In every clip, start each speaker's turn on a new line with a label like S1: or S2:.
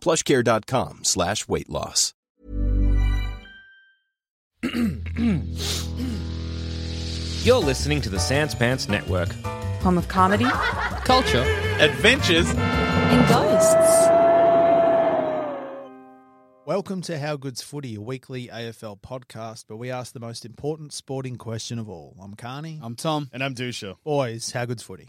S1: Plushcare.com slash weight loss.
S2: You're listening to the Sans Pants Network.
S3: home of comedy
S4: Culture.
S5: Adventures.
S3: and ghosts.
S6: Welcome to How Good's Footy, a weekly AFL podcast where we ask the most important sporting question of all. I'm Carney.
S5: I'm Tom.
S7: And I'm Dusha.
S6: Boys, how good's footy?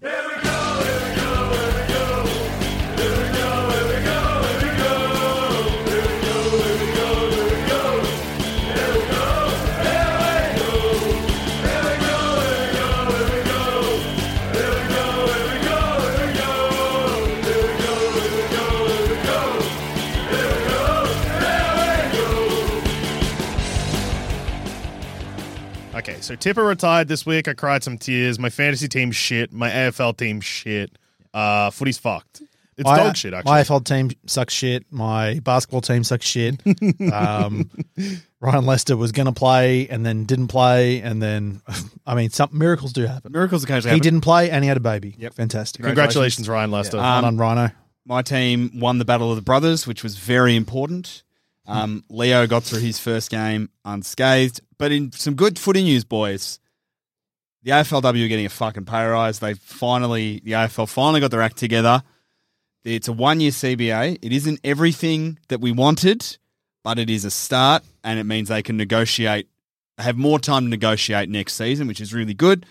S7: Okay, so Tipper retired this week. I cried some tears. My fantasy team shit. My AFL team shit. Uh, footy's fucked. It's
S6: My-
S7: dog shit, actually.
S6: My AFL team sucks shit. My basketball team sucks shit. um, Ryan Lester was going to play and then didn't play. And then, I mean, some miracles do happen.
S5: Miracles occasionally
S6: He
S5: happen.
S6: didn't play and he had a baby.
S5: Yep.
S6: Fantastic.
S7: Congratulations, Ryan Lester.
S6: Well
S5: Um,
S6: done, Rhino.
S5: My team won the Battle of the Brothers, which was very important. Um, Leo got through his first game unscathed. But in some good footy news, boys, the AFLW are getting a fucking pay rise. They finally, the AFL finally got their act together. It's a one year CBA. It isn't everything that we wanted, but it is a start, and it means they can negotiate, have more time to negotiate next season, which is really good.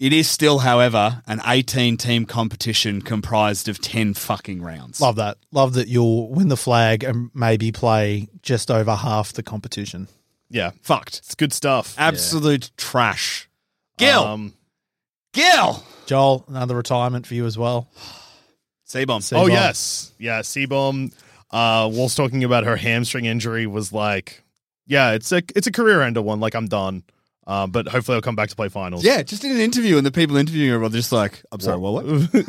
S5: It is still, however, an 18 team competition comprised of 10 fucking rounds.
S6: Love that. Love that you'll win the flag and maybe play just over half the competition.
S7: yeah,
S5: Fucked.
S7: it's good stuff.
S5: Absolute trash. Gil.
S7: Um,
S5: Gil.
S6: Joel, another retirement for you as well.
S5: C-bomb.
S7: oh,
S6: Seabom.
S7: yes. Yeah, Seabom, uh, whilst talking about her hamstring injury, was like, yeah, it's a it's a career ender one. Like, I'm done. Uh, but hopefully, I'll come back to play finals.
S5: Yeah, just in an interview, and the people interviewing her were just like, I'm sorry, what? what?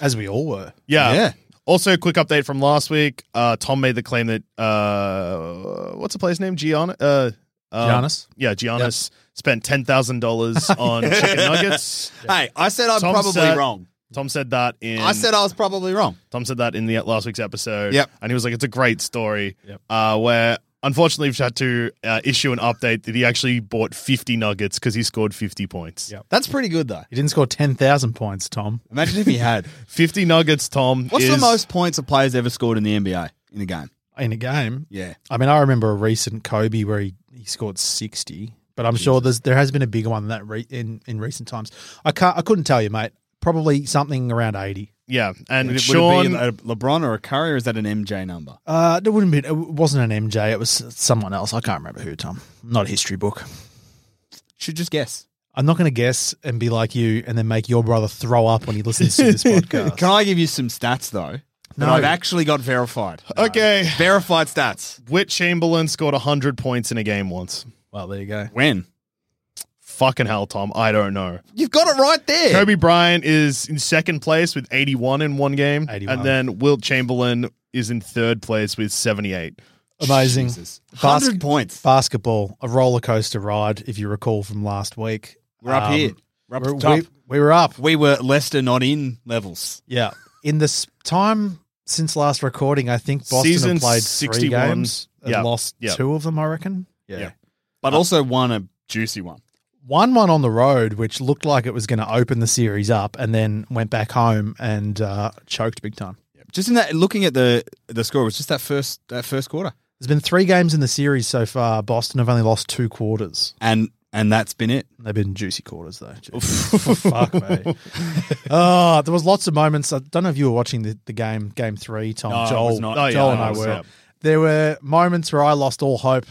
S6: As we all were.
S7: Yeah.
S5: Yeah.
S7: Also, a quick update from last week. Uh, Tom made the claim that uh, what's the player's name? Gian- uh, um,
S6: Giannis?
S7: Yeah, Giannis spent ten thousand dollars on chicken nuggets.
S5: Hey, I said I'm
S7: Tom
S5: probably
S7: said-
S5: wrong.
S7: Tom said that in.
S5: I said I was probably wrong.
S7: Tom said that in the last week's episode.
S5: Yep.
S7: And he was like, "It's a great story." Uh, where unfortunately we've had to uh, issue an update that he actually bought fifty nuggets because he scored fifty points.
S6: Yep.
S5: That's pretty good, though.
S6: He didn't score 10,000 points, Tom.
S5: Imagine if he had.
S7: Fifty nuggets, Tom.
S5: What's the
S7: is-
S5: most points a player's ever scored in the NBA in a game?
S6: In a game.
S5: Yeah.
S6: I mean, I remember a recent Kobe where he, he scored 60, but I'm sure there's, there has been a bigger one than that re- in, in recent times. I can't, I couldn't tell you, mate. Probably something around 80.
S7: Yeah, and
S5: Would it-
S7: Sean.
S5: would it be a LeBron or a Curry, or is that an MJ number?
S6: Uh, it wouldn't be, it wasn't an MJ. It was someone else. I can't remember who, Tom. Not a history book.
S5: Should just guess.
S6: I'm not going to guess and be like you and then make your brother throw up when he listens to this podcast.
S5: Can I give you some stats though?
S6: No.
S5: that I've actually got verified.
S7: okay.
S5: verified stats.
S7: Whit Chamberlain scored 100 points in a game once.
S6: Well, there you go.
S5: When
S7: Fucking hell, Tom. I don't know.
S5: you've got it right there.
S7: Kobe Bryant is in second place with 81 in one game.
S6: 81.
S7: And then Wilt Chamberlain is in third place with 78.
S6: Amazing.
S5: Hundred
S6: Basket-
S5: points.
S6: Basketball, a roller coaster ride, if you recall from last week.
S5: We're up
S6: Um,
S5: here. We're up
S6: we're-
S5: the top.
S6: We, we were up.
S5: We were Leicester not in levels.
S6: Yeah. In this time since last recording, I think Boston
S7: Season
S6: have played
S7: 61.
S6: three games and
S7: Yeah.
S6: lost
S7: Yeah.
S6: two of them, I reckon.
S7: Yeah.
S5: But also won a juicy one.
S6: One one on the road, which looked like it was going to open the series up, and then went back home and uh, choked big time.
S5: Just in that looking at the the score, it was just that first that first quarter.
S6: There's been three games in the series so far. Boston have only lost two quarters.
S5: And and that's been it.
S6: They've been juicy quarters though. Fuck me. Oh, there was lots of moments. I don't know if you were watching the, the game, game three, Tom.
S5: No, I
S6: Joel,
S5: was not.
S7: Oh, yeah,
S6: Joel
S7: no,
S6: and
S7: I
S6: I
S7: was,
S6: were.
S7: yeah.
S6: There were moments where I lost all hope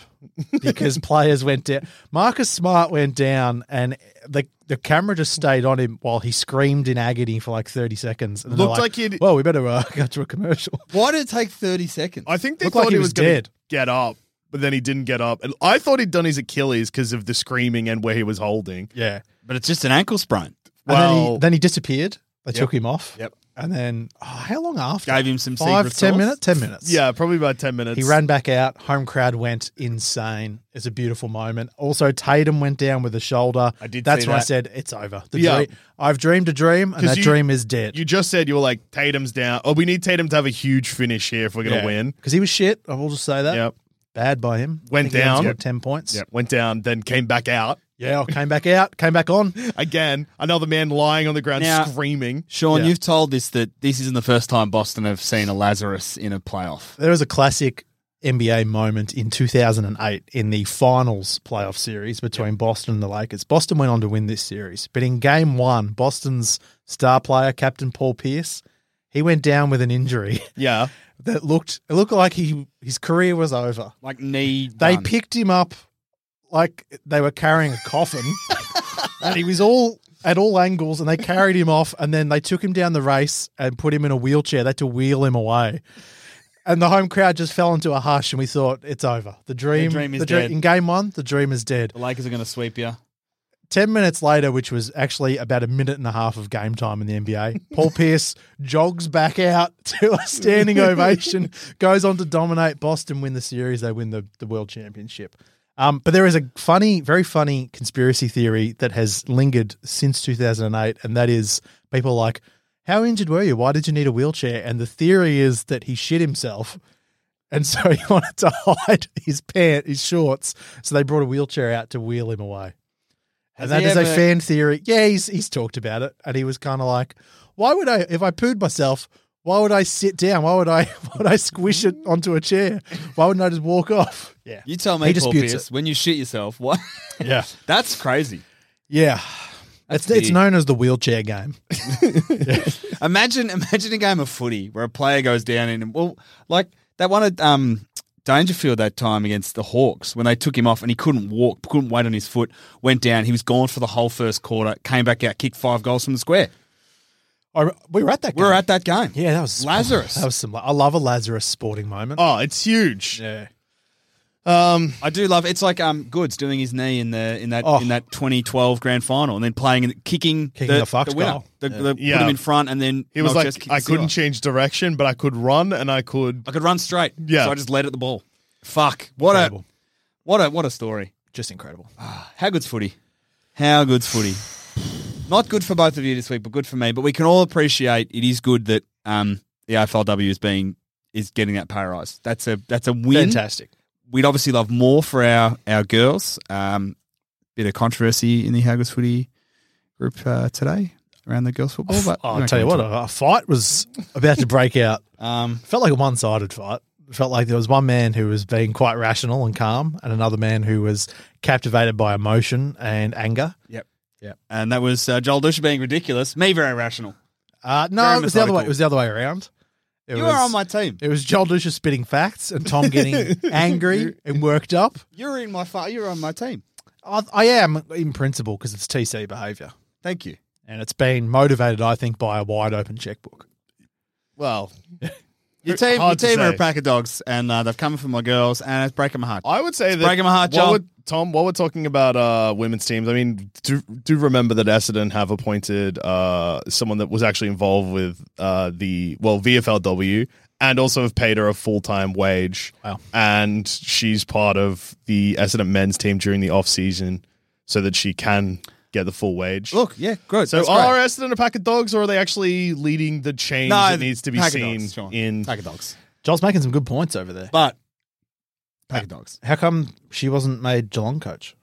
S6: because players went down. Marcus Smart went down, and the the camera just stayed on him while he screamed in agony for like 30 seconds. And they're
S7: Looked like he'd-
S6: Well, we better uh, go to a commercial.
S5: Why did it take 30 seconds?
S7: I think they
S6: Looked
S7: thought
S6: like he
S7: he was,
S6: was
S7: gonna
S6: dead.
S7: Get up, but then he didn't get up. And I thought he'd done his Achilles because of the screaming and where he was holding.
S6: Yeah.
S5: but it's just an ankle sprain.
S6: And then, he,
S7: Well,
S6: then he disappeared. They
S7: Yep.
S6: took him off.
S7: Yep.
S6: And then, oh, how long after?
S5: Gave him some
S6: Five,
S5: secret
S6: ten
S5: sauce.
S6: minutes? Ten minutes.
S7: yeah, probably about ten minutes.
S6: He ran back out. Home crowd went insane. It's a beautiful moment. Also, Tatum went down with a shoulder.
S7: I did
S6: That's
S7: see
S6: when I
S7: that.
S6: said it's over. The
S7: Yeah.
S6: dream, I've dreamed a dream, and
S7: 'Cause
S6: that
S7: you-
S6: dream is dead.
S7: You just said you were like Tatum's down. Oh, we need Tatum to have a huge finish here if we're gonna
S5: Yeah.
S7: win.
S6: Because he was shit. I will just say that.
S7: Yep.
S6: Bad by him. I
S7: Went
S6: think he only
S7: down.
S6: scored Ten points.
S7: Yep. Went down, then came back out
S6: Yeah. I Came back out. Came back on.
S7: again. Another man lying on the ground
S5: Now-
S7: screaming.
S5: Sean,
S6: Yeah.
S5: you've told this that this isn't the first time Boston have seen a Lazarus in a playoff.
S6: There was a classic NBA moment in 2008 in the finals playoff series between Boston and the Lakers. Boston went on to win this series, but in game one, Boston's star player, Captain Paul Pierce, he went down with an injury
S7: Yeah,
S6: that looked it looked like he his career was over.
S5: Like knee.
S6: They
S5: done.
S6: picked him up like they were carrying a coffin, and he was all at all angles, and they carried him off, and then they took him down the race and put him in a wheelchair. They had to wheel him away. And the home crowd just fell into a hush, and we thought it's over. The dream,
S5: dream is
S6: the dream-
S5: dead.
S6: In game one, the dream is dead.
S5: The Lakers are going to sweep you.
S6: Ten minutes later, which was actually about a minute and a half of game time in the NBA, Paul Pierce jogs back out to a standing ovation, goes on to dominate Boston, win the series, they win the, the world championship. Um, but there is a funny, very funny conspiracy theory that has lingered since 2008, and that is people are like, How injured were you? Why did you need a wheelchair? And the theory is that he shit himself. And so he wanted to hide his pant, his shorts. So they brought a wheelchair out to wheel him away. And that
S5: he
S6: is a
S5: ever-
S6: fan theory. Yeah, he's he's talked about it, and he was kind of like, "Why would I? If I pooed myself, why would I sit down? Why would I? Why would I squish it onto a chair? Why wouldn't I just walk off?" Yeah,
S5: You tell me,
S6: He
S5: Paul
S6: disputes
S5: Pierce, when you shit yourself, what?
S6: yeah,
S5: That's crazy.
S6: yeah. It's, it's
S5: big.
S6: known as the wheelchair game.
S5: Imagine, imagine a game of footy where a player goes down in, well, like that one at um, Dangerfield that time against the Hawks when they took him off and he couldn't walk, couldn't wait on his foot, went down. He was gone for the whole first quarter, came back out, kicked five goals from the square.
S6: I, we were at that.
S5: We
S6: Game.
S5: We're at that game.
S6: Yeah, that was
S5: Lazarus.
S6: That was some. I love a Lazarus sporting moment.
S7: Oh, it's huge.
S6: yeah.
S7: Um,
S5: I do love it's like um Goods doing his knee in the in that
S6: Oh.
S5: in that 2012 grand final and then playing and kicking
S6: Kicking the Fox
S5: winner.
S6: goal.
S5: The, the- put
S7: Yeah.
S5: him in front and then
S7: he was
S5: Melchers
S7: like,
S5: kicked
S7: I
S5: the
S7: couldn't
S5: sitter.
S7: change direction, but I could run and I could.
S5: I could run straight.
S7: Yeah.
S5: so I just led at the ball. Fuck! What
S6: Incredible.
S5: a what a what a story.
S6: Just incredible.
S5: How good's footy? How good's footy? Not good for both of you this week, but good for me. But we can all appreciate it is good that um the AFLW is being is getting that pay rise. That's a that's a win.
S6: Fantastic.
S5: We'd obviously love more for our our girls. Um, bit of controversy in the Haggis Footy group uh, today around the girls football. But
S6: Oh,
S5: we're
S6: I'll
S5: not
S6: tell you
S5: gonna
S6: what, a, a fight was about to break out.
S5: talk. Um,
S6: It felt like a one sided fight. It felt like there was one man who was being quite rational and calm, and another man who was captivated by emotion and anger.
S5: and that was uh, Joel Dusha being ridiculous. Me very rational.
S6: Uh, no,
S5: Very
S6: it was the other way.
S5: methodical.
S6: It was the other way around. It
S5: You
S6: was,
S5: were on my team.
S6: It was Joel Dusha spitting facts and Tom getting angry and worked up.
S5: You were in my fa- you were on my team.
S6: I, I am in principle because it's TC behaviour,
S5: Thank you.
S6: and it's been motivated, I think, by a wide open checkbook.
S7: Well,
S5: Your team, your
S7: Hard to
S5: team are a
S7: say.
S5: pack of dogs, and uh, they've come for my girls, and it's breaking my heart.
S7: I would say that
S5: breaking my heart,
S7: while
S5: Joel.
S7: we're- Tom, while we're talking about uh, women's teams, I mean, do, do remember that Essendon have appointed uh, someone that was actually involved with uh, the well VFLW, and also have paid her a full time wage.
S6: Wow.
S7: And she's part of the Essendon men's team during the off season, so that she can get the full wage.
S5: Look, yeah, good.
S7: So
S5: That's great.
S7: are Essendon a pack of dogs, or are they actually leading the change that needs to be
S5: pack of
S7: seen
S5: dogs, Sean.
S7: in?
S5: pack of dogs,
S6: Joel's making some good points over there.
S5: but pack of dogs.
S6: How come she wasn't made Geelong coach?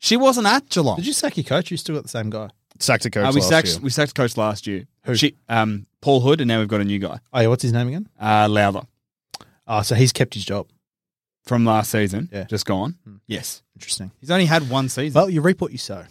S5: She wasn't at Geelong.
S6: Did you sack your coach? You still got the same guy.
S7: Sacked a coach
S5: Uh, we
S7: last
S5: sacked
S7: year.
S5: we sacked coach last year.
S6: Who?
S5: She, um, Paul Hood, and now we've got a new guy,
S6: Oh, yeah, what's his name again?
S5: uh, Lowther
S6: Ah, so he's kept his job.
S5: from last season.
S6: Yeah.
S5: just gone.
S7: Hmm.
S5: Yes,
S6: Interesting.
S5: he's only had one season.
S6: Well, you reap what you sow.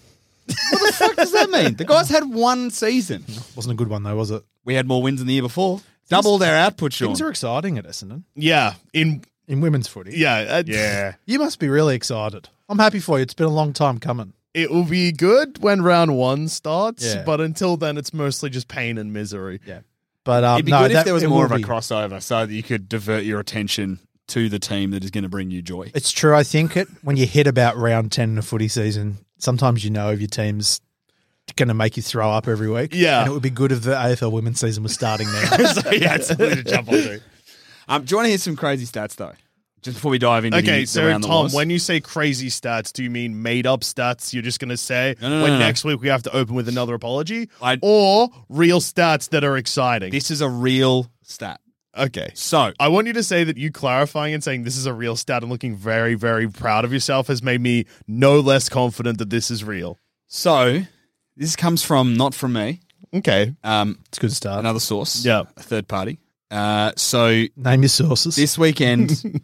S5: what does that mean? The guy's had one season.
S6: Wasn't a good one though, was it?
S5: We had more wins than the year before. Doubled our output, Sean.
S6: Things are exciting at Essendon
S7: Yeah, in
S6: in women's footy.
S7: yeah, uh, yeah.
S6: You must be really excited. I'm happy for you. It's been a long time coming.
S7: It will be good when round one starts,
S6: Yeah.
S7: but until then, it's mostly just pain and misery.
S5: Yeah.
S6: But um,
S5: It'd be
S6: no,
S5: good
S6: that,
S5: if there was
S6: it
S5: more of
S6: will
S5: a
S6: be.
S5: crossover so that you could divert your attention to the team that is going to bring you joy.
S6: It's true. I think it when you hit about round ten in a footy season, sometimes you know if your team's going to make you throw up every week.
S7: Yeah.
S6: and it would be good if the AFL women's season was starting now.
S5: so yeah, it's something to jump onto. Um, do you want to hear some crazy stats though? Just before we dive into the-
S7: Okay,
S5: the
S7: so
S5: round that
S7: Tom,
S5: was.
S7: when you say crazy stats, do you mean made up stats you're just going to say
S5: No, no, no,
S7: when
S5: no, no.
S7: next week we have to open with another apology?
S5: I-
S7: or real stats that are exciting?
S5: this is a real stat.
S7: okay.
S5: So
S7: I want you to say that you clarifying and saying this is a real stat and looking very, very proud of yourself has made me no less confident that this is real.
S5: so this comes from not from me.
S7: Okay.
S5: Um,
S6: it's a good start.
S5: another source.
S7: Yeah.
S5: A third party. Uh, so
S6: Name your sources.
S5: this weekend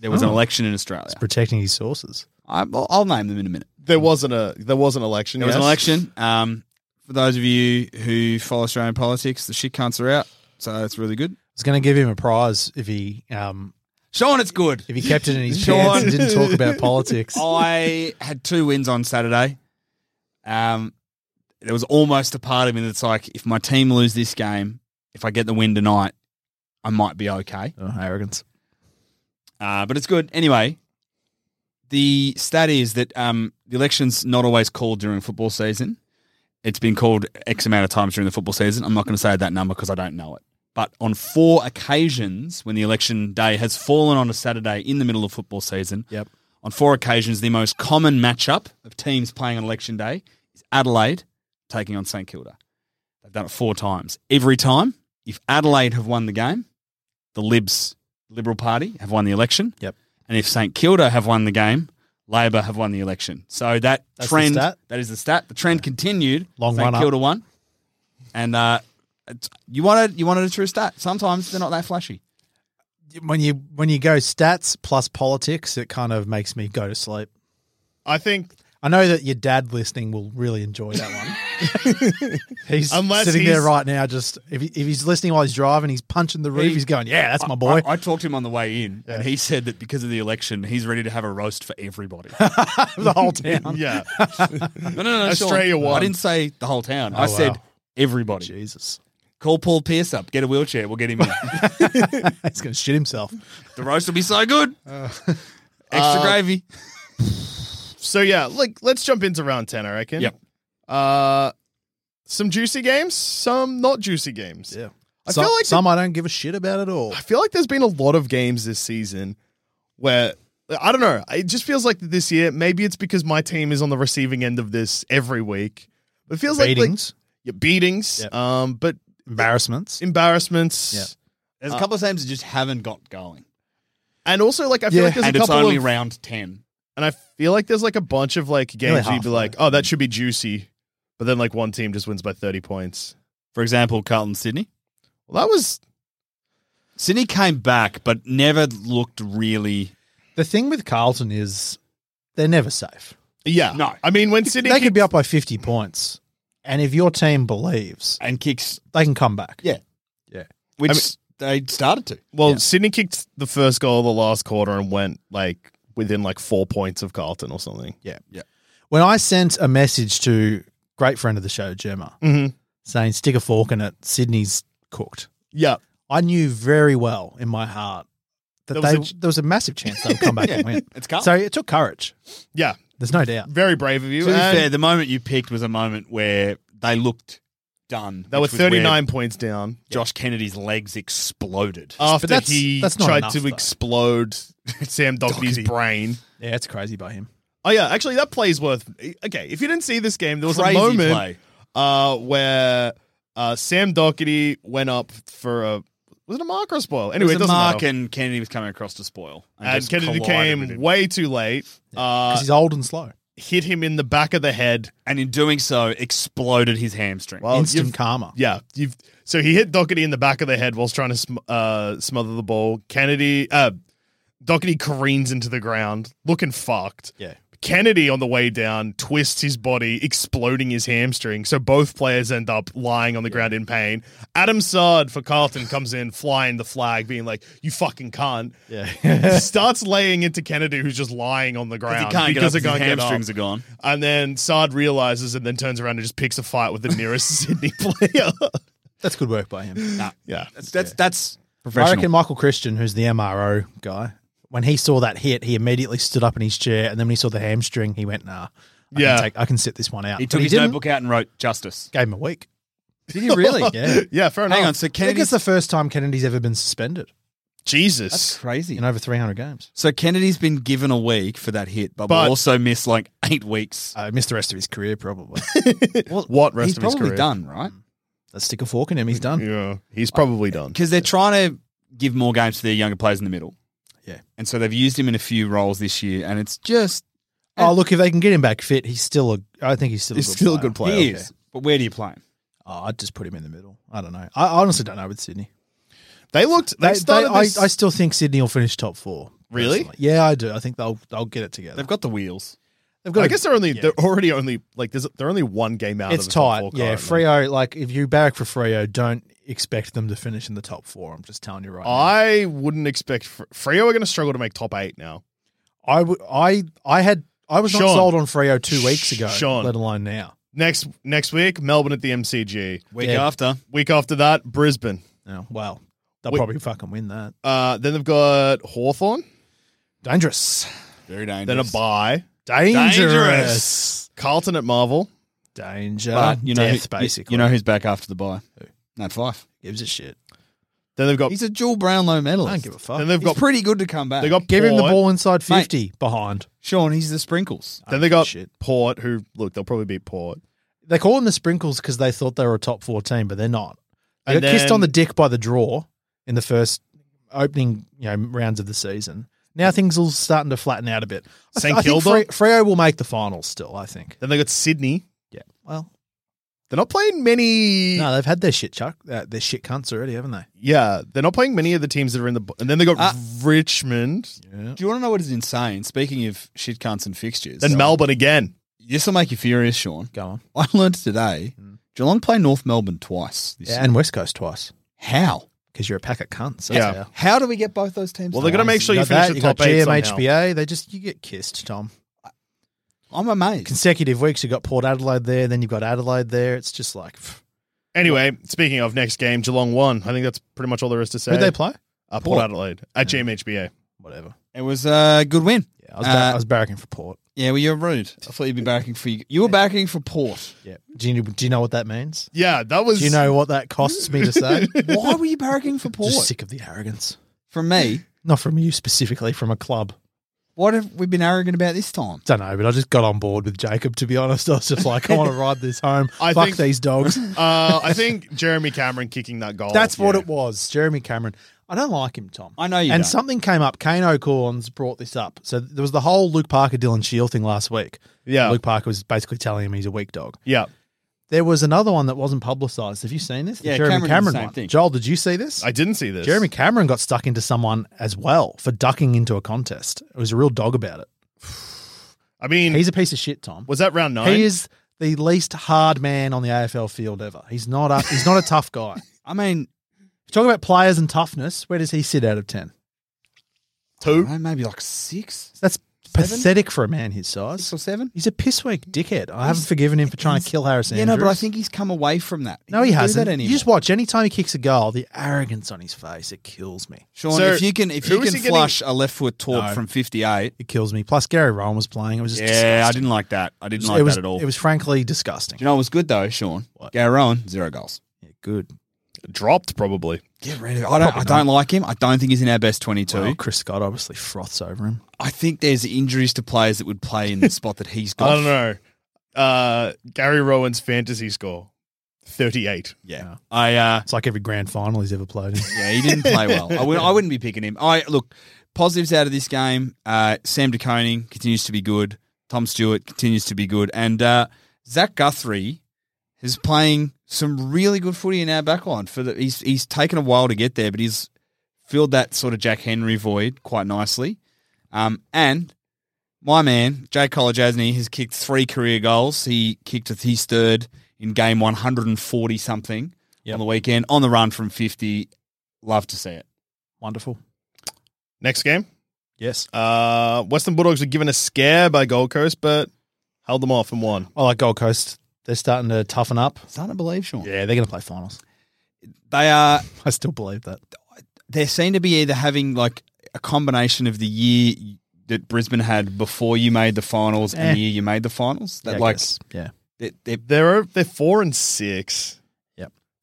S5: there was an election in Australia.
S6: Protecting his sources.
S5: I, I'll, I'll name them in a minute.
S7: There wasn't a there was an election.
S5: There was an
S7: yes?
S5: election. Um, for those of you who follow Australian politics, the shit cunts are out, so that's really good.
S6: I was going to give him a prize if he um,
S5: Sean, it's good.
S6: if he kept it in his
S5: Sean.
S6: pants and didn't talk about politics.
S5: I had two wins on Saturday. Um, there was almost a part of me that's like, if my team lose this game, if I get the win tonight, I might be okay.
S6: Oh, arrogance.
S5: Uh, but it's good anyway. The stat is that um, the election's not always called during football season. It's been called X amount of times during the football season. I'm not going to say that number because I don't know it. But on four occasions, when the election day has fallen on a Saturday in the middle of football season,
S6: Yep.
S5: on four occasions, the most common matchup of teams playing on election day is Adelaide taking on St Kilda. They've done it four times. Every time, if Adelaide have won the game, the Libs, Liberal Party, have won the election.
S6: Yep.
S5: And if St Kilda have won the game, Labor have won the election. So that
S6: That's the
S5: trend,
S6: stat?
S5: that is the stat. The trend continued.
S6: Long
S5: St
S6: one up.
S5: Kilda won, and uh, it's- you wanted you wanted a true stat. Sometimes they're not that flashy.
S6: When you when you go stats plus politics, it kind of makes me go to sleep.
S7: I think
S6: I know that your dad listening will really enjoy that one. he's
S7: Unless
S6: sitting there
S7: he's-
S6: right now, just if, he, if he's listening while he's driving, he's punching the roof.
S5: He-
S6: he's going, "Yeah, that's my boy."
S5: I, I talked to him on the way in, and he said that because of the election, he's ready to have a roast for everybody.
S6: the whole town.
S7: yeah.
S5: no, no, no. Sean.
S7: Australia won.
S5: I didn't say the whole town. I
S6: wow.
S5: said everybody.
S6: Jesus,
S5: Call Paul Pierce up. Get a wheelchair. We'll get him in.
S6: he's going to shit himself.
S5: the roast will be so good. Extra gravy.
S7: So yeah, like let's jump into round ten, I reckon.
S5: Yep.
S7: Uh some juicy games, some not juicy games.
S6: Yeah,
S7: I
S6: some,
S7: feel like
S6: some I don't give a shit about at all.
S7: I feel like there's been a lot of games this season where I don't know. It just feels like this year. Maybe it's because my team is on the receiving end of this every week. But it feels like-
S6: Beatings,
S7: like, yeah, beatings,
S6: Yep.
S7: um, but
S6: embarrassments.
S7: embarrassments,
S6: Yeah.
S5: There's a couple of teams that just haven't got going,
S7: and also like I feel
S6: Yeah.
S7: like there's
S5: and
S7: a
S5: it's
S7: couple
S5: only
S7: of
S5: round ten.
S7: and I feel like there's like a bunch of like games where you'd be
S6: halfway.
S7: like, oh, that should be juicy, but then like one team just wins by thirty points.
S5: For example, Carlton Sydney.
S7: Well, that was
S5: Sydney came back, but never looked really.
S6: The thing with Carlton is they're never safe.
S7: yeah.
S5: No.
S7: I mean when Sydney
S6: They could be up by fifty points, and if your team believes,
S5: And kicks,
S6: they can come back.
S5: Yeah. which they started to.
S7: Well,
S5: Yeah.
S7: Sydney kicked the first goal of the last quarter and went like within like four points of Carlton or something.
S6: Yeah.
S5: Yeah.
S6: When I sent a message to great friend of the show, Gemma,
S7: Mhm.
S6: saying stick a fork in it, Sydney's cooked.
S7: Yeah.
S6: I knew very well in my heart that
S7: There
S6: they,
S7: was a ch-
S6: there was a massive chance they'd come back and win.
S5: It's Carlton.
S6: So it took courage.
S7: Yeah.
S6: There's no doubt.
S7: Very brave of you.
S5: To be
S7: and
S5: fair, the moment you picked was a moment where they looked done.
S7: they were
S5: which was where
S7: 39 points down
S5: Josh Kennedy's legs exploded.
S7: after
S6: that's-
S7: he
S6: that's not
S7: tried
S6: enough,
S7: to
S6: though.
S7: explode Sam Doherty's
S5: Doherty.
S7: brain.
S6: Yeah, it's crazy by him.
S7: Oh, yeah. Actually, that play's worth. Okay. If you didn't see this game, there was
S5: Crazy
S7: a moment
S5: play.
S7: Uh, where uh, Sam Doherty went up for a. Was it a mark or a spoil? Anyway,
S5: Anyway,
S7: it
S5: it was
S7: doesn't
S5: a mark,
S7: matter.
S5: and Kennedy was coming across to spoil.
S7: And
S5: just
S7: Kennedy
S5: collided with
S7: came
S5: him.
S7: way too late, uh,
S6: Because he's old and slow.
S7: hit him in the back of the head,
S5: and in doing so, exploded his hamstring.
S7: Well,
S6: Instant
S7: you've-
S6: karma.
S7: Yeah, you've so he hit Doherty in the back of the head whilst trying to sm- uh, smother the ball. Kennedy, uh, Doherty careens into the ground, looking fucked.
S6: Yeah.
S7: Kennedy on the way down twists his body, exploding his hamstring. So both players end up lying on the ground in pain. Adam Sard for Carlton comes in, flying the flag, being like, "You fucking can't." Yeah. starts laying into Kennedy, who's just lying on the ground because it can't get up.
S5: hamstrings are gone.
S7: And then Sard realizes, and then turns around and just picks a fight with the nearest Sydney player.
S6: That's good work by him.
S5: Nah,
S7: yeah.
S5: that's that's, that's
S6: I
S5: professional.
S6: reckon Michael Christian, who's the MRO guy, when he saw that hit, he immediately stood up in his chair, and then when he saw the hamstring, he went, "Nah, I
S7: Yeah.
S6: can take, I can sit this one out."
S5: he
S6: But
S5: took his
S6: didn't.
S5: notebook out and wrote justice.
S6: gave him a week.
S5: Did he really?
S6: Yeah,
S7: Yeah, fair enough.
S5: Hang on, so
S6: I think
S5: Kennedy's
S6: it's the first time Kennedy's ever been suspended
S5: that's
S7: Jesus.
S5: crazy.
S6: in over 300 games.
S5: so Kennedy's been given a week for that hit, but, will
S7: But-
S5: also missed like eight weeks.
S6: Uh, missed the rest of his career, probably.
S5: Well,
S7: what rest
S5: he's
S7: of his
S5: probably
S7: career?
S5: done, right?
S6: Let's stick a fork in him. He's done.
S7: Yeah, he's probably done.
S5: Because they're trying to give more games to their younger players in the middle.
S6: Yeah.
S5: and so they've used him in a few roles this year, and it's just
S6: Oh, look, if they can get him back fit, he's still a. I think he's still.
S7: He's
S6: a good
S7: still a
S6: player.
S7: good player.
S5: he
S7: okay.
S5: is. But where do you play him?
S6: Oh, I'd just put him in the middle. I don't know. I honestly don't know with Sydney.
S7: They looked. They,
S6: They,
S7: started.
S6: they- I,
S7: this-
S6: I still think Sydney will finish top four.
S7: Really?
S6: personally. Yeah, I do. I think they'll they'll get it together.
S5: They've got the wheels.
S6: They've got
S7: I
S6: a-
S7: guess they're only
S6: yeah.
S7: they're already only like there's they're only one game out.
S6: it's
S7: of the top
S6: tight.
S7: four
S6: Yeah,
S7: currently.
S6: Frio. Like if you barrack for Frio, don't expect them to finish in the top four. I'm just telling you right now.
S7: I wouldn't expect Fre- Freo are going to struggle to make top eight now.
S6: I would. I I had. I was not
S7: Sean.
S6: sold on Frio two weeks
S7: Sh-
S6: ago.
S7: Sean.
S6: let alone now.
S7: Next next week, Melbourne at the MCG.
S5: Week
S6: Yeah.
S5: after,
S7: Week after that, Brisbane.
S6: Oh, well, they'll
S7: Wait.
S6: probably fucking win that.
S7: Uh, then they've got Hawthorn.
S6: Dangerous.
S5: very dangerous.
S7: Then a bye.
S6: Dangerous.
S7: Carlton at Marvel.
S6: Danger.
S5: But you know,
S6: Death,
S5: who- you-
S6: basically.
S5: you know who's back after the bye? Who? Nat Fife.
S6: gives a shit.
S7: Then they've got
S5: He's a dual Brownlow medalist.
S6: I don't give a fuck.
S7: then they've
S5: He's
S7: got
S5: pretty good to come back.
S7: they got
S6: Give him the
S7: Port.
S6: ball inside 50 behind.
S5: Sean. He's the sprinkles.
S7: Then they got
S6: Shit.
S7: Port. Who look? They'll probably beat Port.
S6: They call them the sprinkles because they thought they were a top four team, but they're not. They
S7: And
S6: got kissed
S7: then-
S6: on the dick by the draw in the first opening you know, rounds of the season. Now things are starting to flatten out a bit. I th-
S7: St
S6: I think
S7: Kilda?
S6: Fre- Freo will make the finals still, I think.
S7: Then they got Sydney.
S6: Yeah. Well,
S7: They're not playing many.
S6: no, they've had their shit, Chuck. Uh, their shit cunts already, haven't they?
S7: Yeah, they're not playing many of the teams that are in the. b- And then they got
S5: Uh,
S7: Richmond.
S6: Yeah.
S5: Do you want to know what is insane? Speaking of shit cunts and fixtures,
S7: Then Melbourne again.
S5: This will make you furious, Sean.
S6: Go on.
S5: I learned today Geelong play North Melbourne twice. This
S6: Hmm. Yeah,
S5: year.
S6: and West Coast twice
S5: How?
S6: because you're a pack of cunts. That's
S7: Yeah.
S6: how.
S5: How do we get both those teams?
S7: Well, they're going to make sure you,
S6: got
S7: finish
S6: that,
S7: the
S6: got
S7: top eight. somehow.
S6: GMHBA. They just you get kissed, Tom.
S5: I'm amazed.
S6: Consecutive weeks, you've got Port Adelaide there, then you've got Adelaide there. It's just like pff.
S7: Anyway, speaking of next game, Geelong won. I think that's pretty much all there is to say.
S6: who'd they play?
S7: Uh, Port,
S5: Port.
S7: Adelaide at GMHBA.
S6: Whatever.
S5: It was a good win.
S6: Yeah, I was, bar-
S5: Uh,
S6: I was barracking for Port.
S5: Yeah, well, you're rude. I thought you'd be backing for you. You were backing for Port.
S6: Yeah. Do you do you know what that means?
S7: Yeah, that was.
S6: Do you know what that costs me to say?
S5: Why were you barracking for Port?
S6: Just sick of the arrogance.
S5: From me,
S6: Not from you specifically, from a club.
S5: what have we been arrogant about this time?
S6: Don't know, but I just got on board with Jacob. To be honest, I was just like, I want to ride this home.
S7: I
S6: Fuck
S7: think-
S6: these dogs.
S7: Uh, I think Jeremy Cameron kicking that goal.
S6: That's what
S7: Yeah.
S6: it was. Jeremy Cameron. I don't like him, Tom.
S5: I know you
S6: And
S5: don't.
S6: something came up. Kane O'Corns brought this up. So there was the whole Luke Parker, Dylan Shield thing last week.
S7: Yeah.
S6: Luke Parker was basically telling him he's a weak dog.
S7: Yeah,
S6: There was another one that wasn't publicised. Have you seen this? The
S5: Yeah,
S6: Jeremy
S5: Cameron did
S6: Cameron,
S5: the same
S6: one.
S5: thing.
S6: Joel, did you see this?
S7: I didn't see this.
S6: Jeremy Cameron got stuck into someone as well for ducking into a contest. It was a real dog about it.
S7: I mean,
S6: He's a piece of shit, Tom.
S7: was that round nine?
S6: He is the least hard man on the AFL field ever. He's not a he's not a tough guy.
S5: I mean,
S6: Talk about players and toughness. Where does he sit out of ten?
S5: I
S7: two.
S5: don't know, maybe like six,
S6: That's
S5: Seven?
S6: pathetic for a man his size.
S5: six or seven.
S6: He's a pissweak dickhead. I haven't forgiven him for trying to kill Harris
S5: Yeah,
S6: Andrews.
S5: no, but I think he's come away from that.
S6: no, he
S5: doesn't do
S6: hasn't.
S5: that
S6: You
S5: anymore.
S6: just watch. Anytime he kicks a goal, the arrogance on his face it kills me.
S5: Sean,
S7: So,
S5: if you can, if
S7: who
S5: you
S7: is
S5: can
S7: he getting-
S5: flush a left foot torp
S6: No.
S5: from fifty-eight,
S6: It kills me. Plus, Gary Rowan was playing. It was just
S5: yeah, I
S6: disgusting.
S5: didn't like that. I didn't like
S6: it was
S5: that at all.
S6: it was frankly disgusting.
S5: Do you know what was good though, Sean? Gary Rowan, zero goals.
S6: Yeah, good.
S7: Dropped probably.
S5: Get rid of. I don't. I don't like him. I don't think he's in our best twenty-two.
S6: Well, Chris Scott obviously froths over him.
S5: I think there's injuries to players that would play in the spot that he's got.
S7: I don't know. Uh, Gary Rowan's fantasy score, thirty-eight.
S5: Yeah, I. Uh,
S6: It's like every grand final he's ever played in.
S5: yeah, he didn't play well. I, would, I wouldn't be picking him. I look positives out of this game. Uh, Sam DeConing continues to be good. Tom Stewart continues to be good, and uh, Zach Guthrie is playing some really good footy in our backline. For the he's he's taken a while to get there, but he's filled that sort of Jack Henry void quite nicely. Um, and my man, Jake Kolajasny, has kicked three career goals. He kicked a, his third in game 140 something on the weekend, on the run from 50. Love to see it.
S6: Wonderful.
S7: Next game,
S6: Yes.
S7: uh, Western Bulldogs were given a scare by Gold Coast, but held them off and won.
S6: I like Gold Coast. They're starting to toughen up.
S5: Starting to believe, Sean.
S6: Yeah, they're going to play finals.
S5: They are
S6: I still believe that.
S5: they seem to be either having like a combination of the year that Brisbane had before you made the finals
S6: Eh.
S5: and the year you made the finals. That
S6: Yeah, I
S5: like
S6: guess. yeah.
S5: they, they,
S7: They're they're four and six,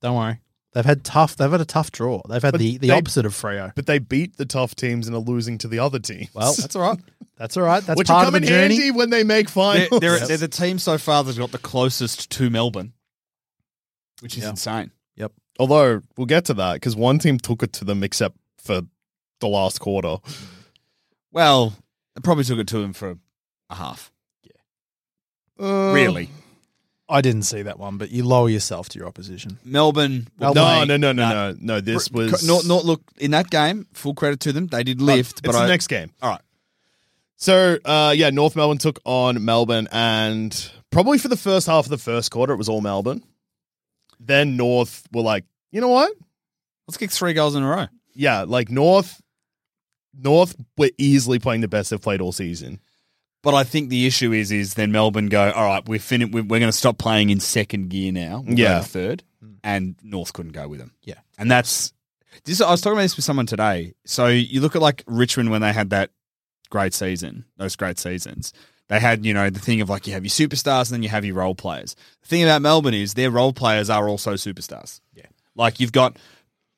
S6: Don't worry. They've had tough. They've had a tough draw. They've had
S7: But
S6: the, the
S7: they-
S6: opposite of Freo.
S7: but they beat the tough teams and are losing to the other teams.
S6: Well,
S5: that's all right.
S6: that's all right. That's
S7: which
S6: part
S7: will
S6: of
S7: come
S6: the
S7: in
S6: journey.
S7: handy when they make
S5: They're,
S7: finals.
S5: they're, they're the team so far that's got the closest to Melbourne, which is
S6: Yeah.
S5: insane.
S7: Although we'll get to that because one team took it to them except for the last quarter.
S5: Well, it probably took it to them for a half.
S7: Uh,
S5: really,
S6: I didn't see that one, but you lower yourself to your opposition.
S5: Melbourne.
S7: No,
S5: were
S7: no,
S5: playing-
S7: no, no, no, no. This was uh,
S5: not not look in that game. Full credit to them, they did lift. But
S7: it's
S5: I,
S7: the next game.
S5: all right,
S7: So uh, yeah, North Melbourne took on Melbourne, and probably for the first half of the first quarter, it was all Melbourne. Then North were like, you know what?
S5: let's kick three goals in a row.
S7: Yeah, like North, North were easily playing the best they've played all season.
S5: But I think the issue is, is then Melbourne go, all right, we're fin- we're, we're going to stop playing in second gear now. We'll go
S7: Yeah.
S5: to third, and North couldn't go with them.
S6: Yeah.
S5: and that's this. I was talking about this with someone today. So you look at like Richmond when they had that great season, those great seasons. They had you know the thing of like you have your superstars and then you have your role players. The thing about Melbourne is their role players are also superstars. Yeah, like you've got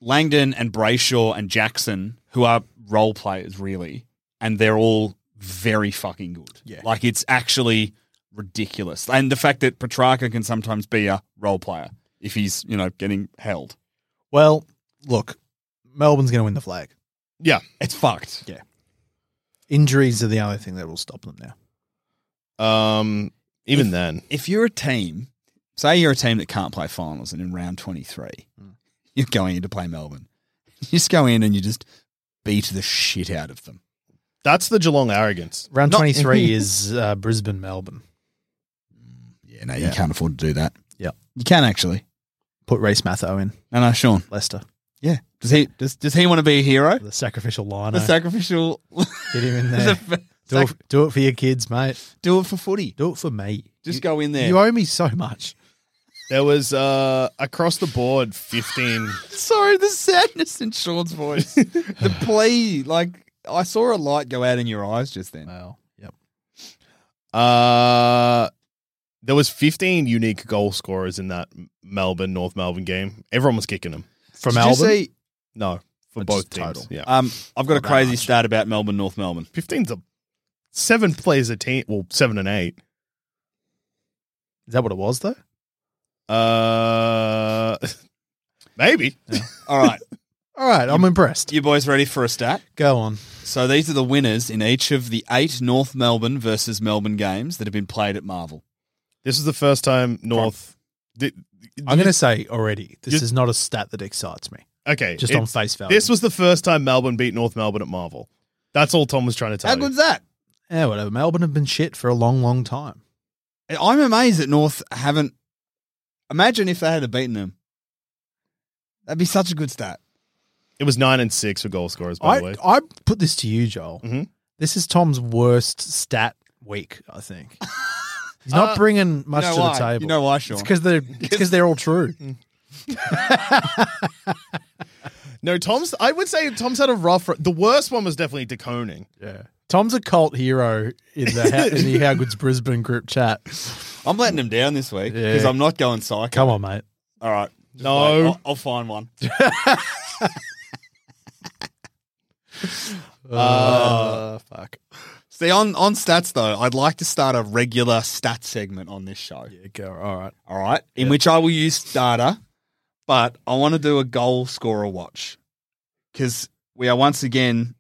S5: Langdon and Brayshaw and Jackson, who are role players really, and they're all very fucking good.
S6: Yeah.
S5: Like it's actually ridiculous. And the fact that Petrarca can sometimes be a role player if he's, you know, getting held.
S6: Well, look, Melbourne's going to win the flag.
S7: Yeah,
S5: It's fucked.
S6: Injuries are the only thing that will stop them now.
S7: um, even then,
S5: If you're a team, say you're a team that can't play finals and in round 23,
S6: Hmm.
S5: you're going in to play Melbourne. You just go in and you just beat the shit out of them.
S7: that's the Geelong arrogance.
S6: Round
S5: Not-
S6: 23 is uh, Brisbane Melbourne.
S5: Yeah, no,
S6: Yeah.
S5: you can't afford to do that.
S6: Yep.
S5: You can actually.
S6: Put Reese Matho in,
S5: No, no, Sean.
S6: Leicester.
S5: Yeah. Does he does, does he want to be a hero?
S6: The sacrificial
S5: The
S6: liner.
S5: sacrificial
S6: Get him in there.
S5: The-
S6: do, it, do it for your kids, mate.
S5: do it for footy.
S6: Do it for me.
S5: Just
S6: You-
S5: go in there.
S6: You owe me so much.
S7: There was uh, across the board fifteen.
S5: Sorry, the sadness in Sean's voice. the plea, like I saw a light go out in your eyes just then.
S6: Well, yep.
S7: Uh, there was 15 unique goal scorers in that Melbourne North Melbourne game. Everyone was kicking them.
S6: From
S5: Did you
S6: Melbourne.
S5: see-
S7: No, for
S5: Just
S7: both teams.
S5: total.
S7: Yeah,
S5: Um, I've got a
S6: Not that
S5: crazy
S6: much.
S5: stat about Melbourne, North Melbourne.
S7: 15's a seven players a team. Well, seven and eight.
S6: Is that what it was, though?
S7: Uh, maybe
S5: All right,
S6: All right, I'm impressed.
S5: you boys ready for a stat?
S6: Go on.
S5: So these are the winners in each of the eight North Melbourne versus Melbourne games that have been played at Marvel.
S7: this is the first time North. Th-
S6: I'm going to say already, this
S7: you-
S6: is not a stat that excites me,
S7: okay.
S6: just
S7: it-
S6: on face value.
S7: this was the first time Melbourne beat North Melbourne at Marvel. That's all Tom was trying to tell
S5: How
S7: you.
S5: good's that?
S6: yeah, whatever. Melbourne have been shit for a long, long time.
S5: I'm amazed that North haven't. Imagine if they had beaten them. That'd be such a good stat.
S7: It was nine and six for goal scorers. By
S6: I,
S7: the way,
S6: I put this to you, Joel.
S5: Mm-hmm.
S7: Mhm.
S6: This is Tom's worst stat week, I think. He's not
S7: Uh,
S6: bringing much
S5: you know
S6: to
S5: why?
S6: the table.
S5: You know why, Sean?
S6: it's because they're because they're all true.
S7: no, Tom's. I would say Tom's had a rough. The worst one was definitely deconing.
S6: Yeah, Tom's a cult hero in the How- in the How Good's Brisbane group chat.
S5: I'm letting them down this week because
S6: Yeah.
S5: I'm not going psycho.
S6: Come on, mate.
S5: All right. Just
S7: No.
S5: wait. I'll, I'll find one.
S6: Uh, fuck.
S5: See, on, on stats, though, I'd like to start a regular stat segment on this show.
S6: Yeah, go. All right.
S5: All right. In which I will use data, but I want to do a goal scorer watch because we are once again.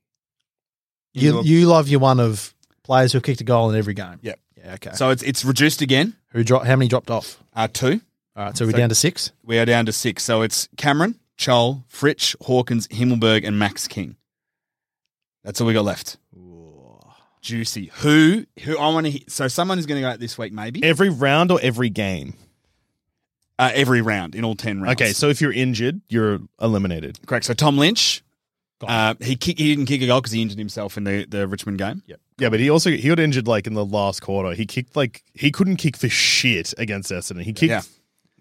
S5: into
S6: You
S5: a-
S6: you love your one of players who have kicked a goal in every game.
S5: Yep.
S6: Yeah. Okay.
S5: so it's, it's reduced again.
S6: who dropped? How many dropped off?
S5: Uh, two.
S6: All right. So we're
S5: So-
S6: down to six.
S5: We are down to six. So it's Cameron, Chol, Fritch, Hawkins, Himmelberg, and Max King. That's all we got left. juicy. Who? Who? I want to. So someone is going to go out this week,
S6: E-
S5: maybe
S7: Every round or every game?
S5: uh, every round in all ten rounds.
S7: Okay, so if you're injured, you're eliminated.
S5: correct. So Tom Lynch, uh, he kick, he didn't kick a goal because he injured himself in the, the Richmond game. Yep.
S7: Yeah, but he also he got injured like in the last quarter. He kicked like he couldn't kick for shit against Essendon. He kicked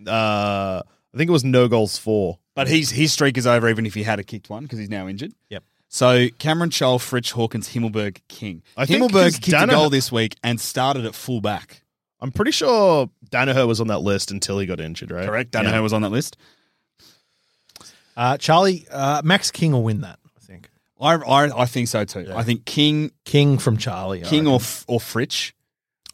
S7: uh I think it was no goals for.
S5: But he's his streak is over, even if he had a kicked one because he's now injured.
S7: Yep.
S5: So Cameron Scholl, Fritsch, Hawkins, Himmelberg, King.
S7: I think
S5: Himmelberg
S7: he's
S5: kicked a
S7: done it-
S5: goal this week and started at fullback.
S7: I'm pretty sure Danaher was on that list until he got injured, right?
S5: Correct. Danaher was on that list.
S6: Uh, Charlie, uh, Max King will win that, I think.
S5: I I, I think so too. I think King
S6: King from Charlie. I
S5: King
S6: reckon.
S5: or F- or Fritsch.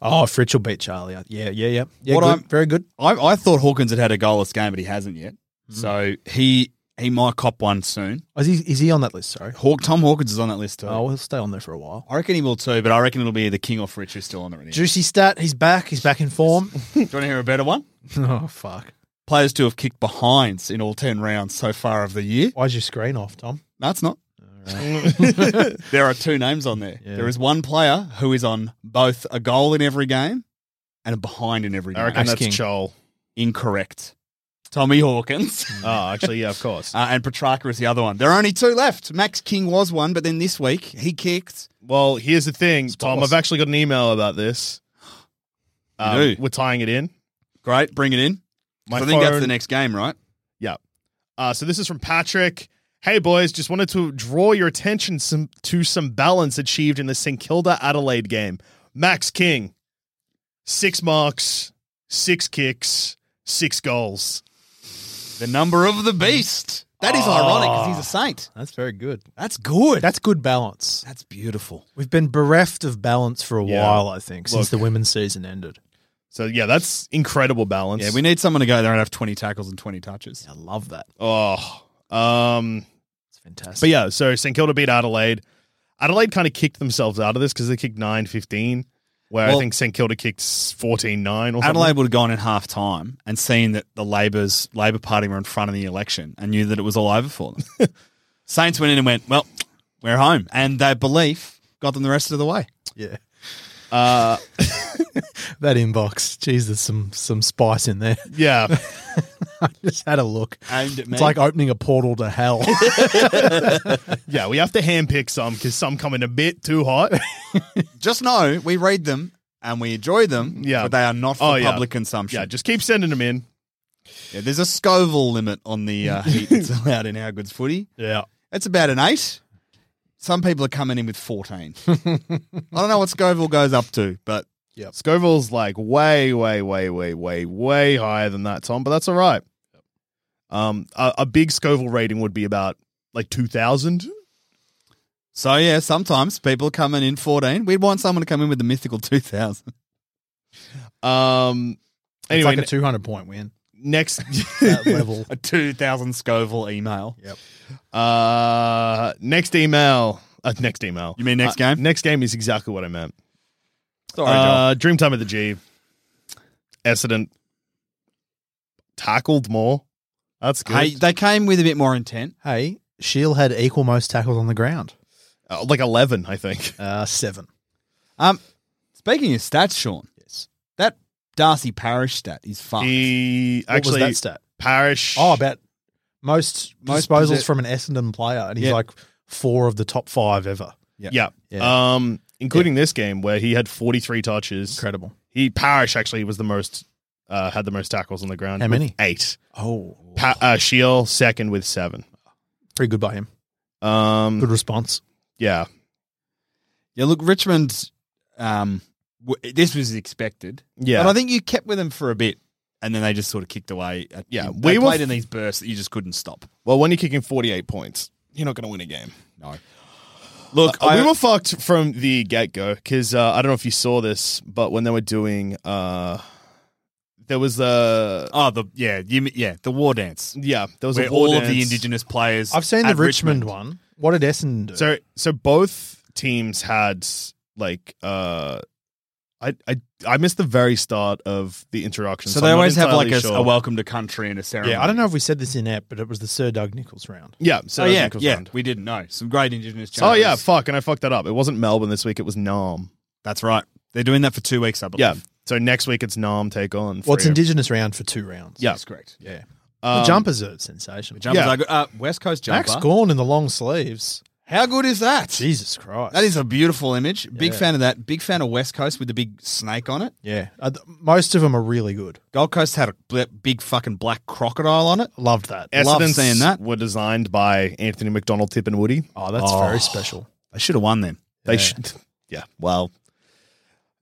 S6: Oh, Fritch will beat Charlie. I- Yeah, yeah, yeah. yeah
S5: What
S6: good.
S5: I'm-
S6: Very good.
S5: I, I thought Hawkins had had a goalless game, but he hasn't yet. So he he might cop one soon.
S6: Oh, is, he, is he on that list? Sorry.
S5: Hawk Tom Hawkins is on that list too.
S6: Oh, he'll stay on there for a while.
S5: I reckon he will too, but I reckon it'll be the King or Fritsch who's still on it. Right now.
S6: Juicy stat. He's back. He's back in form.
S5: Do you want to hear a better one?
S6: oh, fuck.
S5: Players to have kicked behinds in all ten rounds so far of the year.
S6: Why's your screen off, Tom?
S5: That's not. there are two names on there.
S6: Yeah.
S5: There is one player who is on both a goal in every game and a behind in every game.
S7: I reckon
S6: Max
S7: that's
S6: King.
S7: Chol.
S5: Incorrect. Tommy Hawkins.
S7: Oh, actually, yeah, of course.
S5: Uh, and Petrarca is the other one. There are only two left. Max King was one, but then this week he kicked.
S7: well, here's the thing, Tom.
S6: Spotless.
S7: I've actually got an email about this. Um,
S5: do?
S7: we're tying it in.
S5: Great, bring it in.
S7: My
S5: So I think that's
S7: phone-
S5: the next game, right?
S7: Yeah. Uh, so this is from Patrick. Hey boys, just wanted to draw your attention some, to some balance achieved in the St Kilda Adelaide game. Max King, six marks, six kicks, six goals.
S5: The number of the beast. That is
S7: Ah.
S5: ironic because he's a saint.
S6: That's very good.
S5: That's good.
S6: That's good balance.
S5: that's beautiful.
S6: We've been bereft of balance for a
S7: Yeah.
S6: while, I think, since
S7: Look.
S6: the women's season ended.
S7: So yeah, that's incredible balance.
S5: Yeah, we need someone to go there and have twenty tackles and twenty touches.
S6: I love that.
S7: Oh, um,
S6: It's fantastic.
S7: but yeah. So St Kilda beat Adelaide. Adelaide kind of kicked themselves out of this because they kicked nine fifteen, where
S5: Well-
S7: I think St Kilda kicked fourteen nine or something.
S5: Adelaide would have gone in half time and seen that the Labor's Labor Party were in front of the election and knew that it was all over for them. Saints went in and went, "Well, we're home," and their belief got them the rest of the way.
S6: yeah. Uh, that inbox. Jeez, there's some some spice in there.
S7: Yeah.
S6: I just had a look.
S5: Aimed at me.
S6: It's like opening a portal to hell.
S7: Yeah, we have to handpick some because some come in a bit too hot.
S5: just know we read them and we enjoy them,
S7: Yeah.
S5: but they are not for
S7: Oh, yeah.
S5: public consumption.
S7: yeah, just keep sending them in.
S5: Yeah, there's a Scoville limit on the uh, heat that's allowed in our goods footy.
S6: yeah.
S5: That's about an eight. Some people are coming in with 14. I don't know what Scoville goes up to, but
S7: Scoville's like way, way, way, way, way, way higher than that, Tom, but that's all right. Um, a, a big Scoville rating would be about like 2,000.
S5: so yeah, sometimes people are coming in 14. We'd want someone to come in with the mythical 2000.
S7: Um,
S6: It's
S7: anyway,
S6: like a 200 point win.
S7: ne- next,
S6: That level.
S5: A 2000 Scoville email.
S7: uh, next email, uh, next email.
S5: You mean next
S7: Uh,
S5: game?
S7: next game is exactly what I meant.
S5: Sorry, Joel.
S7: uh, Dreamtime at the G. Essendon tackled more. That's good.
S5: Hey, they came with a bit more intent.
S6: Hey, Sheil had equal most tackles on the ground.
S7: Uh, like 11, I think.
S6: Uh, seven.
S5: Um, speaking of stats, Sean,
S6: Yes.
S5: that Darcy Parish stat is fun.
S7: He
S6: What
S7: actually
S6: was that stat?
S7: Parish.
S6: Oh, about most,
S5: Most
S6: disposals
S5: possess-
S6: from an Essendon player, and he's
S5: Yeah.
S6: like four of the top five ever.
S7: yeah.
S6: Yeah.
S7: Um, including this game where he had 43 touches.
S6: Incredible.
S7: He Parish actually was the most uh, had the most tackles on the ground.
S6: How
S7: with
S6: many?
S7: Eight.
S6: Oh,
S7: Pa- uh, Shiel second with seven.
S6: pretty good by him.
S7: Um,
S6: Good response.
S7: yeah.
S5: Yeah, look, Richmond. Um, w- this was expected.
S7: Yeah.
S5: but I think you kept with them for a bit, and then they just sort of kicked away. At,
S7: Yeah,
S5: they
S7: we were f-
S5: played in these bursts that you just couldn't stop.
S7: Well, when you're kicking 48 points, you're not going to win a game.
S5: No, look,
S7: Uh,
S5: I,
S7: we were fucked from the get go because uh, I don't know if you saw this, but when they were doing, uh, there was a
S5: oh the yeah you, yeah the war dance
S7: yeah, there was
S5: where
S7: a war
S5: all of the
S7: dance.
S5: indigenous players.
S6: I've seen the
S5: at
S6: Richmond, one. What did Essendon do?
S7: So so both teams had like uh I, I I missed the very start of the introduction.
S5: So they
S7: I'm not
S5: always have like a,
S7: entirely
S5: a
S7: sure.
S5: welcome to country and a ceremony.
S6: Yeah, I don't know if we said this in app, but it was the Sir Doug Nichols round.
S7: Yeah. So
S5: So
S7: that's
S5: Oh, yeah,
S7: Nichols
S5: yeah,
S7: Round.
S5: we didn't know some great Indigenous.
S7: Oh yeah,
S5: challenges.
S7: fuck, and I fucked that up. It wasn't Melbourne this week. It was Nam.
S5: that's right. They're doing that for two weeks, I believe.
S7: Yeah. So next week it's Nam take on.
S6: Well, it's
S7: Freo.
S6: Indigenous round for two rounds.
S7: Yeah.
S5: that's correct.
S6: Yeah.
S7: Um,
S6: the jumpers are sensational.
S5: Jumpers
S7: Yeah.
S5: are good. Uh, West Coast jumper.
S6: Max Gorn in the long sleeves.
S5: How good is that?
S6: Jesus Christ.
S5: That is a beautiful image. Big
S6: Yeah.
S5: fan of that. Big fan of West Coast with the big snake on it.
S6: Yeah. Uh, th- most of them are really good.
S5: Gold Coast had a bl- big fucking black crocodile on it.
S6: Loved that.
S5: Yes. love
S7: Essendon's
S5: seeing that.
S7: Were designed by Anthony McDonald, Tip and Woody.
S6: Oh, that's
S5: Oh.
S6: very special.
S5: I should have won then.
S7: They
S6: Yeah.
S7: should. Yeah. Well,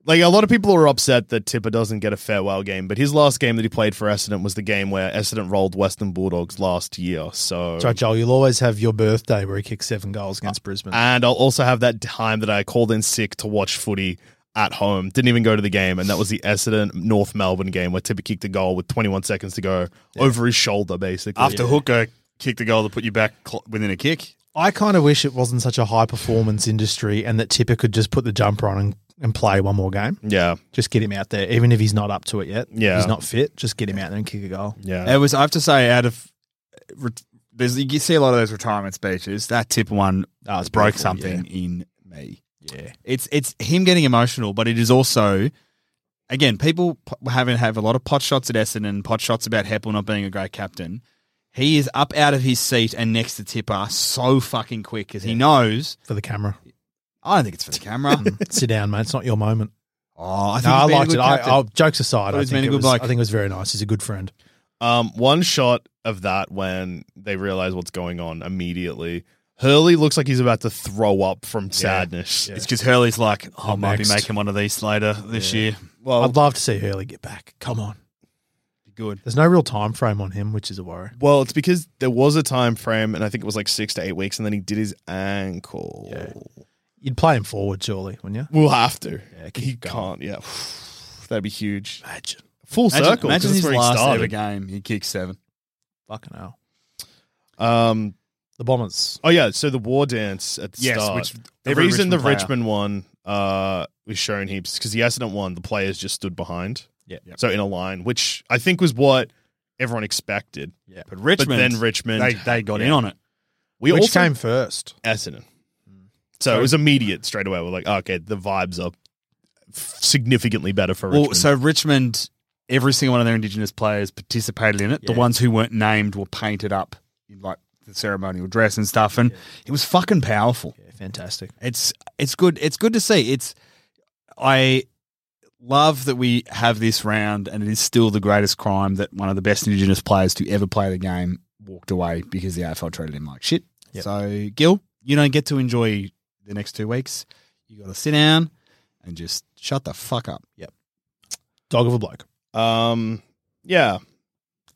S7: like a lot of people are upset that Tipper doesn't get a farewell game, but his last game that he played for Essendon was the game where Essendon rolled Western Bulldogs last year. So.
S6: That's right, Joel. You'll always have your birthday where he kicked seven goals against Brisbane.
S5: Uh,
S7: And I'll also have that time that I called in sick to watch footy at home. Didn't even go to the game, and that was the Essendon North Melbourne game where Tipper kicked a goal with 21 seconds to go over his shoulder, basically.
S5: After Hooker kicked the goal to put you back cl- within a kick.
S6: I kind of wish it wasn't such a high performance industry and that Tipper could just put the jumper on and, and play one more game.
S7: yeah,
S6: Just get him out there, even if he's not up to it yet.
S7: Yeah.
S6: He's not fit. Just get him out there and kick a goal.
S7: yeah,
S5: It was, I have to say, out of. ret- There's, you see a lot of those retirement speeches. That tip one uh,
S6: Oh, it's
S5: broke
S6: beautiful,
S5: something in me. Yeah. It's it's him getting emotional, but it is also, again, people p- having have a lot of pot shots at Essendon, pot shots about Heppel not being a great captain. He is up out of his seat and next to Tipper so fucking quick because he knows.
S6: For the camera.
S5: I don't think it's for the camera.
S6: Sit down, mate. It's not your moment.
S5: oh, I think
S6: No,
S5: he's
S6: I
S5: been a
S6: liked
S5: good
S6: it. I,
S5: captain.
S6: I, jokes aside,
S5: Thought
S6: I
S5: he's been
S6: think,
S5: a
S6: it
S5: good
S6: was,
S5: bloke.
S6: I think it was very nice. He's a good friend.
S7: Um, one shot of that when they realize what's going on immediately. Hurley looks like he's about to throw up from sadness.
S5: It's because Hurley's like, oh, I
S6: Up
S5: might be
S6: next.
S5: making one of these later this year.
S7: Well,
S6: I'd love to see Hurley get back. Come on.
S5: Good.
S6: There's no real time frame on him, which is a worry.
S7: well, it's because there was a time frame, and I think it was like six to eight weeks, and then he did his ankle.
S6: You'd play him forward, surely, wouldn't
S7: We'll have to.
S6: keep
S7: he
S6: going.
S7: can't. Yeah, that'd be huge.
S6: you? Imagine.
S7: Full
S5: Imagine,
S7: circle. 'cause
S5: imagine
S7: that's
S5: his
S7: where he
S5: last
S7: started.
S5: ever game. He kicks seven.
S6: Fucking hell.
S7: Um,
S6: The Bombers.
S7: Oh yeah, so the war dance at the
S5: Yes,
S7: start.
S5: which
S7: the
S5: every
S7: reason the
S5: Richmond player-
S7: Richmond one uh, was shown heaps because the Essendon one, the players just stood behind,
S6: Yeah.
S7: so in a line, which I think was what everyone expected.
S6: Yeah.
S5: But Richmond,
S7: but then Richmond,
S5: they, they got in
S7: yeah.
S5: on it.
S7: We
S6: Which
S7: also
S6: came first?
S7: Essendon, so it was immediate straight away. We're like, oh, okay, the vibes are significantly better for
S5: Well,
S7: Richmond.
S5: so Richmond, every single one of their Indigenous players participated in it. The
S6: Yeah.
S5: ones who weren't named were painted up in like the ceremonial dress and stuff, and it was fucking powerful.
S6: Yeah, fantastic.
S5: It's it's good. It's good to see. It's I love that we have this round, and it is still the greatest crime that one of the best Indigenous players to ever play the game walked away because the AFL treated him like shit.
S6: Yep.
S5: So, Gil, you don't get to enjoy the next two weeks. You got to sit down and just shut the fuck up.
S6: Dog of a bloke.
S7: um, yeah,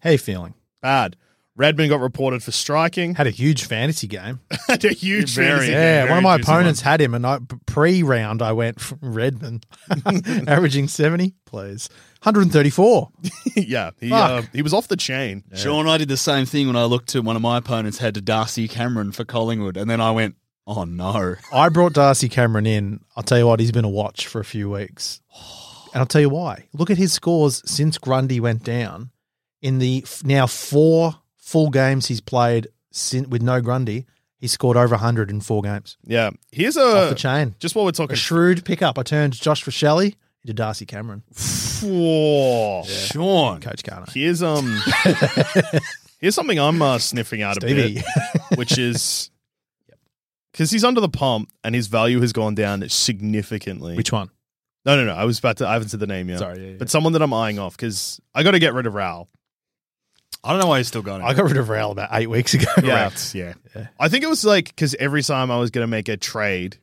S6: How you feeling?
S7: bad. Redmond got reported for striking.
S6: Had a huge fantasy game.
S7: Had a huge
S6: yeah,
S7: fantasy game,
S6: one of
S7: very
S6: my
S7: juicy one.
S6: opponents had him, and I pre round I went from Redmond, averaging 70 plays, 134.
S7: yeah, he
S6: Fuck.
S7: uh, he was off the chain.
S5: Sean, I did the same thing when I looked to one of my opponents had to Darcy Cameron for Collingwood, and then I went, "Oh no!"
S6: I brought Darcy Cameron in. I'll tell you what, he's been a watch for a few weeks. And I'll tell you why. Look at his scores since Grundy went down. In the f- now four full games he's played sin- with no Grundy, he scored over 100 in four games.
S7: Yeah, here's
S6: Off
S7: a
S6: the chain.
S7: just while we're
S6: A
S7: talking.
S6: shrewd pickup. I turned Josh Rochelle into Darcy Cameron.
S7: Whoa.
S5: Sean,
S6: Coach Carno.
S7: Here's um, here's something I'm uh, sniffing out a
S6: Stevie.
S7: bit, which is because he's under the pump and his value has gone down significantly.
S6: Which one?
S7: no, no, no. I was about to. I haven't said the name yet.
S6: Sorry, yeah, yeah.
S7: but someone that I'm eyeing off because I got to get rid of Raul.
S5: I don't know why you're still going.
S6: I got rid of Raoul about eight weeks ago.
S7: Yeah,
S5: yeah.
S7: I think it was like because every time I was going to make a trade,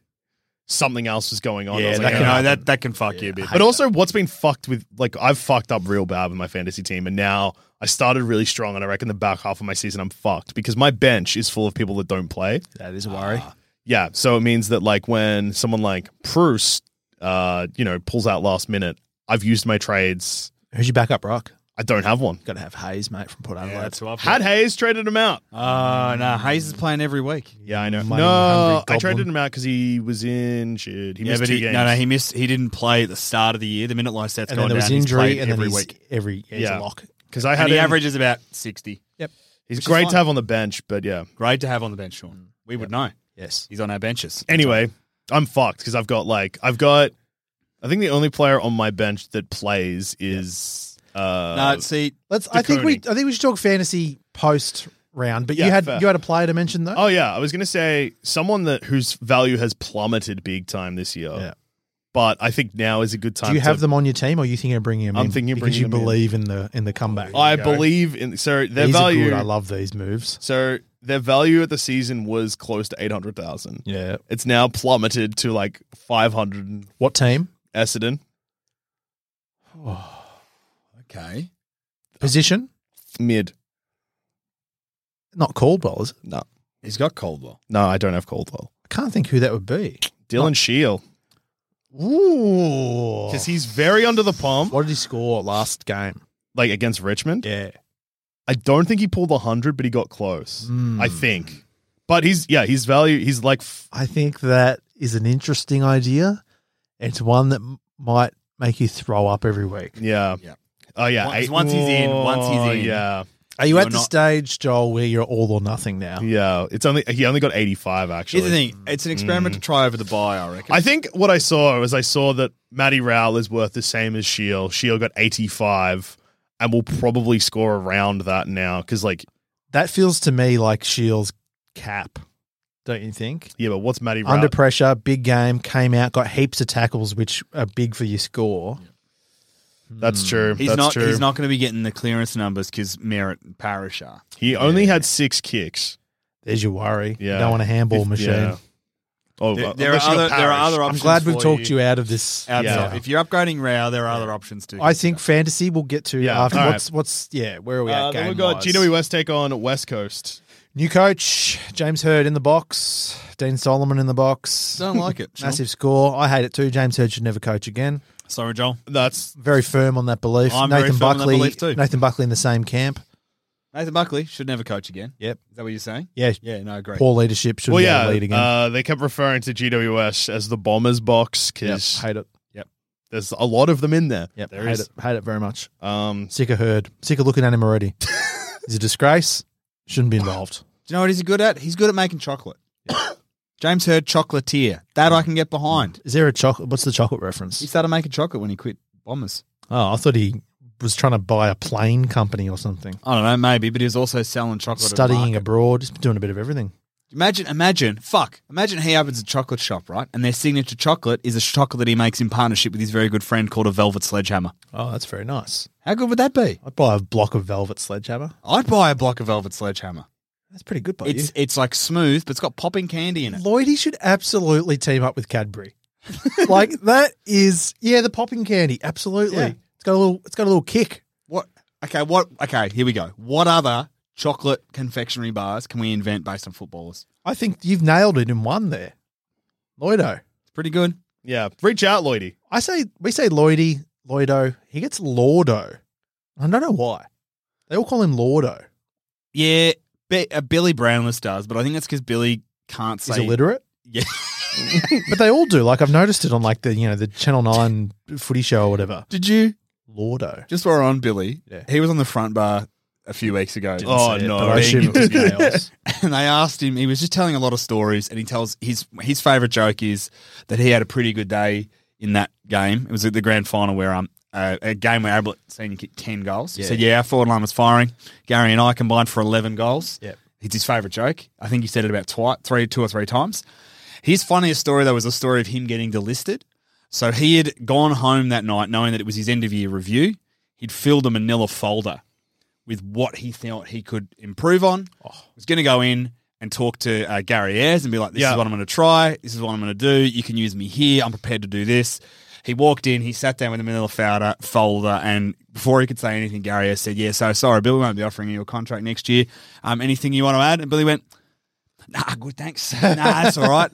S7: something else was going on. I was
S5: that
S7: like,
S5: can,
S7: "Oh,
S5: no, that that can fuck you a bit.
S7: But also, what's been fucked with, like, I've fucked up real bad with my fantasy team, and now I started really strong, and I reckon the back half of my season I'm fucked because my bench is full of people that don't play.
S6: That is a worry.
S7: Ah, Yeah, so it means that like when someone like Proust, uh, you know, pulls out last minute, I've used my trades.
S6: Who's your backup, Rock?
S7: I don't have one.
S6: Got to have Hayes, mate, from Port Adelaide.
S7: Had Hayes traded him out.
S5: Oh, no. Hayes is playing every week.
S7: Yeah, I know.
S6: Money
S7: no,
S6: hungry
S7: I
S6: goblin.
S7: traded him out because he was injured. He
S5: Yeah,
S7: missed
S5: but
S7: two
S5: he,
S7: games.
S5: no, no, he missed. He didn't play at the start of the year. The minute Lysette's
S6: and
S5: gone
S6: then there was
S5: down, he's
S6: injury,
S5: played
S6: and then
S5: every
S6: he's
S5: week.
S6: every yeah, he's
S7: Yeah.
S6: a lock.
S7: because I had
S5: And he
S7: him-
S5: averages about sixty.
S6: Yep.
S7: He's
S5: which is
S7: great
S5: fine.
S7: to have on the bench, but yeah.
S5: Great to have on the bench, Sean. We would know.
S6: Yes.
S5: He's on our benches.
S7: Anyway, I'm fucked because I've got like I've got. I think the only player on my bench that plays is. Uh,
S5: no, see,
S6: Let's. I think we.
S7: Deconing.
S6: I think we should talk fantasy post round. But
S7: Yeah,
S6: you had
S7: fair.
S6: you had a player to mention though.
S7: oh yeah, I was gonna say someone that whose value has plummeted big time this year.
S6: Yeah.
S7: But I think now is a good time.
S6: Do you
S7: to-
S6: have them on your team, or are you thinking of bringing them
S7: uh, I'm
S6: in?
S7: thinking of
S6: because you
S7: bringing them in.
S6: believe in. the in the comeback.
S7: I believe in. So their
S6: These are
S7: value.
S6: good. I love these moves.
S7: so their value at the season was close to eight hundred thousand.
S6: Yeah.
S7: It's now plummeted to like five hundred.
S6: What team?
S7: Essendon
S5: okay.
S6: Position?
S7: mid.
S6: Not Caldwell, is it?
S7: No,
S5: He's got Coldwell.
S7: no, I don't have Caldwell.
S6: I can't think who that would be.
S7: Dylan Shield.
S6: Ooh.
S7: because he's very under the pump,
S6: What did he score last game?
S7: like against Richmond.
S6: Yeah.
S7: I don't think he pulled a hundred, but he got close.
S6: Hmm.
S5: Hmm.
S7: I think, but he's yeah, he's value. He's like f-
S6: I think that is an interesting idea. It's one that m- might make you throw up every week.
S7: yeah,
S5: Yeah.
S7: Oh yeah,
S5: Once- once he's in, once he's
S7: Oh,
S5: in.
S7: yeah,
S6: Are you
S5: You're
S6: at the
S5: not-
S6: stage, Joel, where you're all or nothing now?
S7: yeah. It's only he only got eighty five actually.
S5: Here's the thing. It's an experiment to try over the buy, I reckon.
S7: Mm. I think what I saw was I saw that Matty Rowell is worth the same as Shield. Shield got eighty five, and will probably score around that now because like
S6: That feels to me like Shields' cap, don't you think?
S7: yeah, but what's Matty Rowell?
S6: Under pressure, big game, came out, got heaps of tackles, which are big for your score.
S7: That's
S6: Hmm.
S7: true.
S5: he's
S7: That's
S5: not.
S7: true.
S5: He's not going to be getting the clearance numbers because Merritt and Parish are.
S7: He only had six kicks.
S6: There's your worry.
S7: Yeah.
S6: You don't want a handball
S7: If-
S6: machine.
S7: yeah. Oh,
S5: There,
S7: uh,
S5: there
S7: unless
S5: are
S7: you got
S5: other. There
S7: Parrish.
S5: are other
S6: I'm
S5: options.
S6: glad we
S5: for
S6: talked you out of this.
S5: Outside.
S7: Yeah.
S5: If you're upgrading Rao, there are other options too.
S6: I think fantasy we'll get to
S7: Yeah,
S6: after.
S7: all right.
S6: What's what's yeah? Where are we
S7: Uh,
S6: at?
S7: then
S6: Game
S7: we got GW West take on West Coast.
S6: New coach James Hurd in the box. Dean Solomon in the box.
S5: don't like it. Sean.
S6: Massive score. I hate it too. James Hurd should never coach again.
S5: Sorry, Joel.
S7: That's
S6: Very firm on that belief.
S5: I'm very
S6: Nathan
S5: firm on that
S6: Buckley.
S5: belief too.
S6: Nathan Buckley in the same camp.
S5: Nathan Buckley should never coach again.
S6: Yep.
S5: Is that what you're saying?
S6: Yeah.
S5: Yeah. No. Great.
S6: Poor leadership should
S7: well,
S6: be able
S7: yeah.
S6: to lead again.
S7: Uh, they kept referring to GWS as the Bombers box because
S6: hate it.
S7: there's a lot of them in there.
S6: Yep,
S7: there
S6: hate
S7: is.
S6: it. Hate it very much.
S7: Um,
S6: Sick of Hurd. Sick of looking at him already. He's a disgrace. Shouldn't be involved.
S5: Do you know what he's good at? He's good at making chocolate. James Heard, chocolatier. That I can get behind.
S6: Is there a chocolate? What's the chocolate reference?
S5: He started making chocolate when he quit Bombers.
S6: Oh, I thought he was trying to buy a plane company or something.
S5: I don't know, maybe, but he was also selling chocolate. at
S6: Studying
S5: market.
S6: abroad, just doing a bit of everything.
S5: Imagine, imagine, fuck. Imagine he opens a chocolate shop, right? And their signature chocolate is a chocolate that he makes in partnership with his very good friend called a Velvet Sledgehammer.
S6: Oh, that's very nice.
S5: How good would that be?
S6: I'd buy a block of velvet sledgehammer.
S5: I'd buy a block of Velvet Sledgehammer.
S6: That's pretty good by
S5: It's it's like smooth, but it's got popping candy in it.
S6: Lloyd, he should absolutely team up with Cadbury. like that is yeah, the popping candy. Absolutely.
S5: Yeah.
S6: It's got a little it's got a little kick.
S5: What? Okay, what? Okay, here we go. What other chocolate confectionery bars can we invent based on footballers?
S6: I think you've nailed it in one there. Lloydo.
S5: It's pretty good.
S7: yeah. Reach out, Lloydie.
S6: I say we say Lloydy, Lloydo. He gets Lordo. I don't know why. They all call him Lordo.
S5: Yeah, Bi- uh, Billy Brownless does, but I think that's because Billy can't
S6: He's
S5: say
S6: illiterate.
S5: Yeah,
S6: But they all do. Like I've noticed it on like the you know the Channel Nine footy show or whatever.
S5: did you?
S6: Lordo.
S5: Just while we're on Billy,
S6: Yeah.
S5: he was on the front bar a few weeks ago.
S7: Oh, no.
S6: But I assume it was chaos.
S5: and they asked him. He was just telling a lot of stories, and he tells his his favorite joke is that he had a pretty good day in that game. It was at the grand final where um. Uh, a game where Ablett senior kicked 10 goals. He said, Yeah, our forward line was firing. Gary and I combined for 11 goals.
S6: Yep.
S5: It's his favourite joke. I think he said it about twi- three, two or three times. His funniest story, though, was the story of him getting delisted. So he had gone home that night knowing that it was his end of year review. He'd filled a manila folder with what he thought he could improve on.
S7: Oh.
S5: He was going to go in and talk to uh, Gary Ayres and be like, this
S7: Yeah.
S5: is what I'm going to try. This is what I'm going to do. You can use me here. I'm prepared to do this. He walked in, he sat down with the manila folder, folder and before he could say anything, Gary Ayres said, yeah, so sorry, Billy won't be offering you a contract next year. Um, anything you want to add? And Billy went, nah, good, thanks. Nah, that's all right.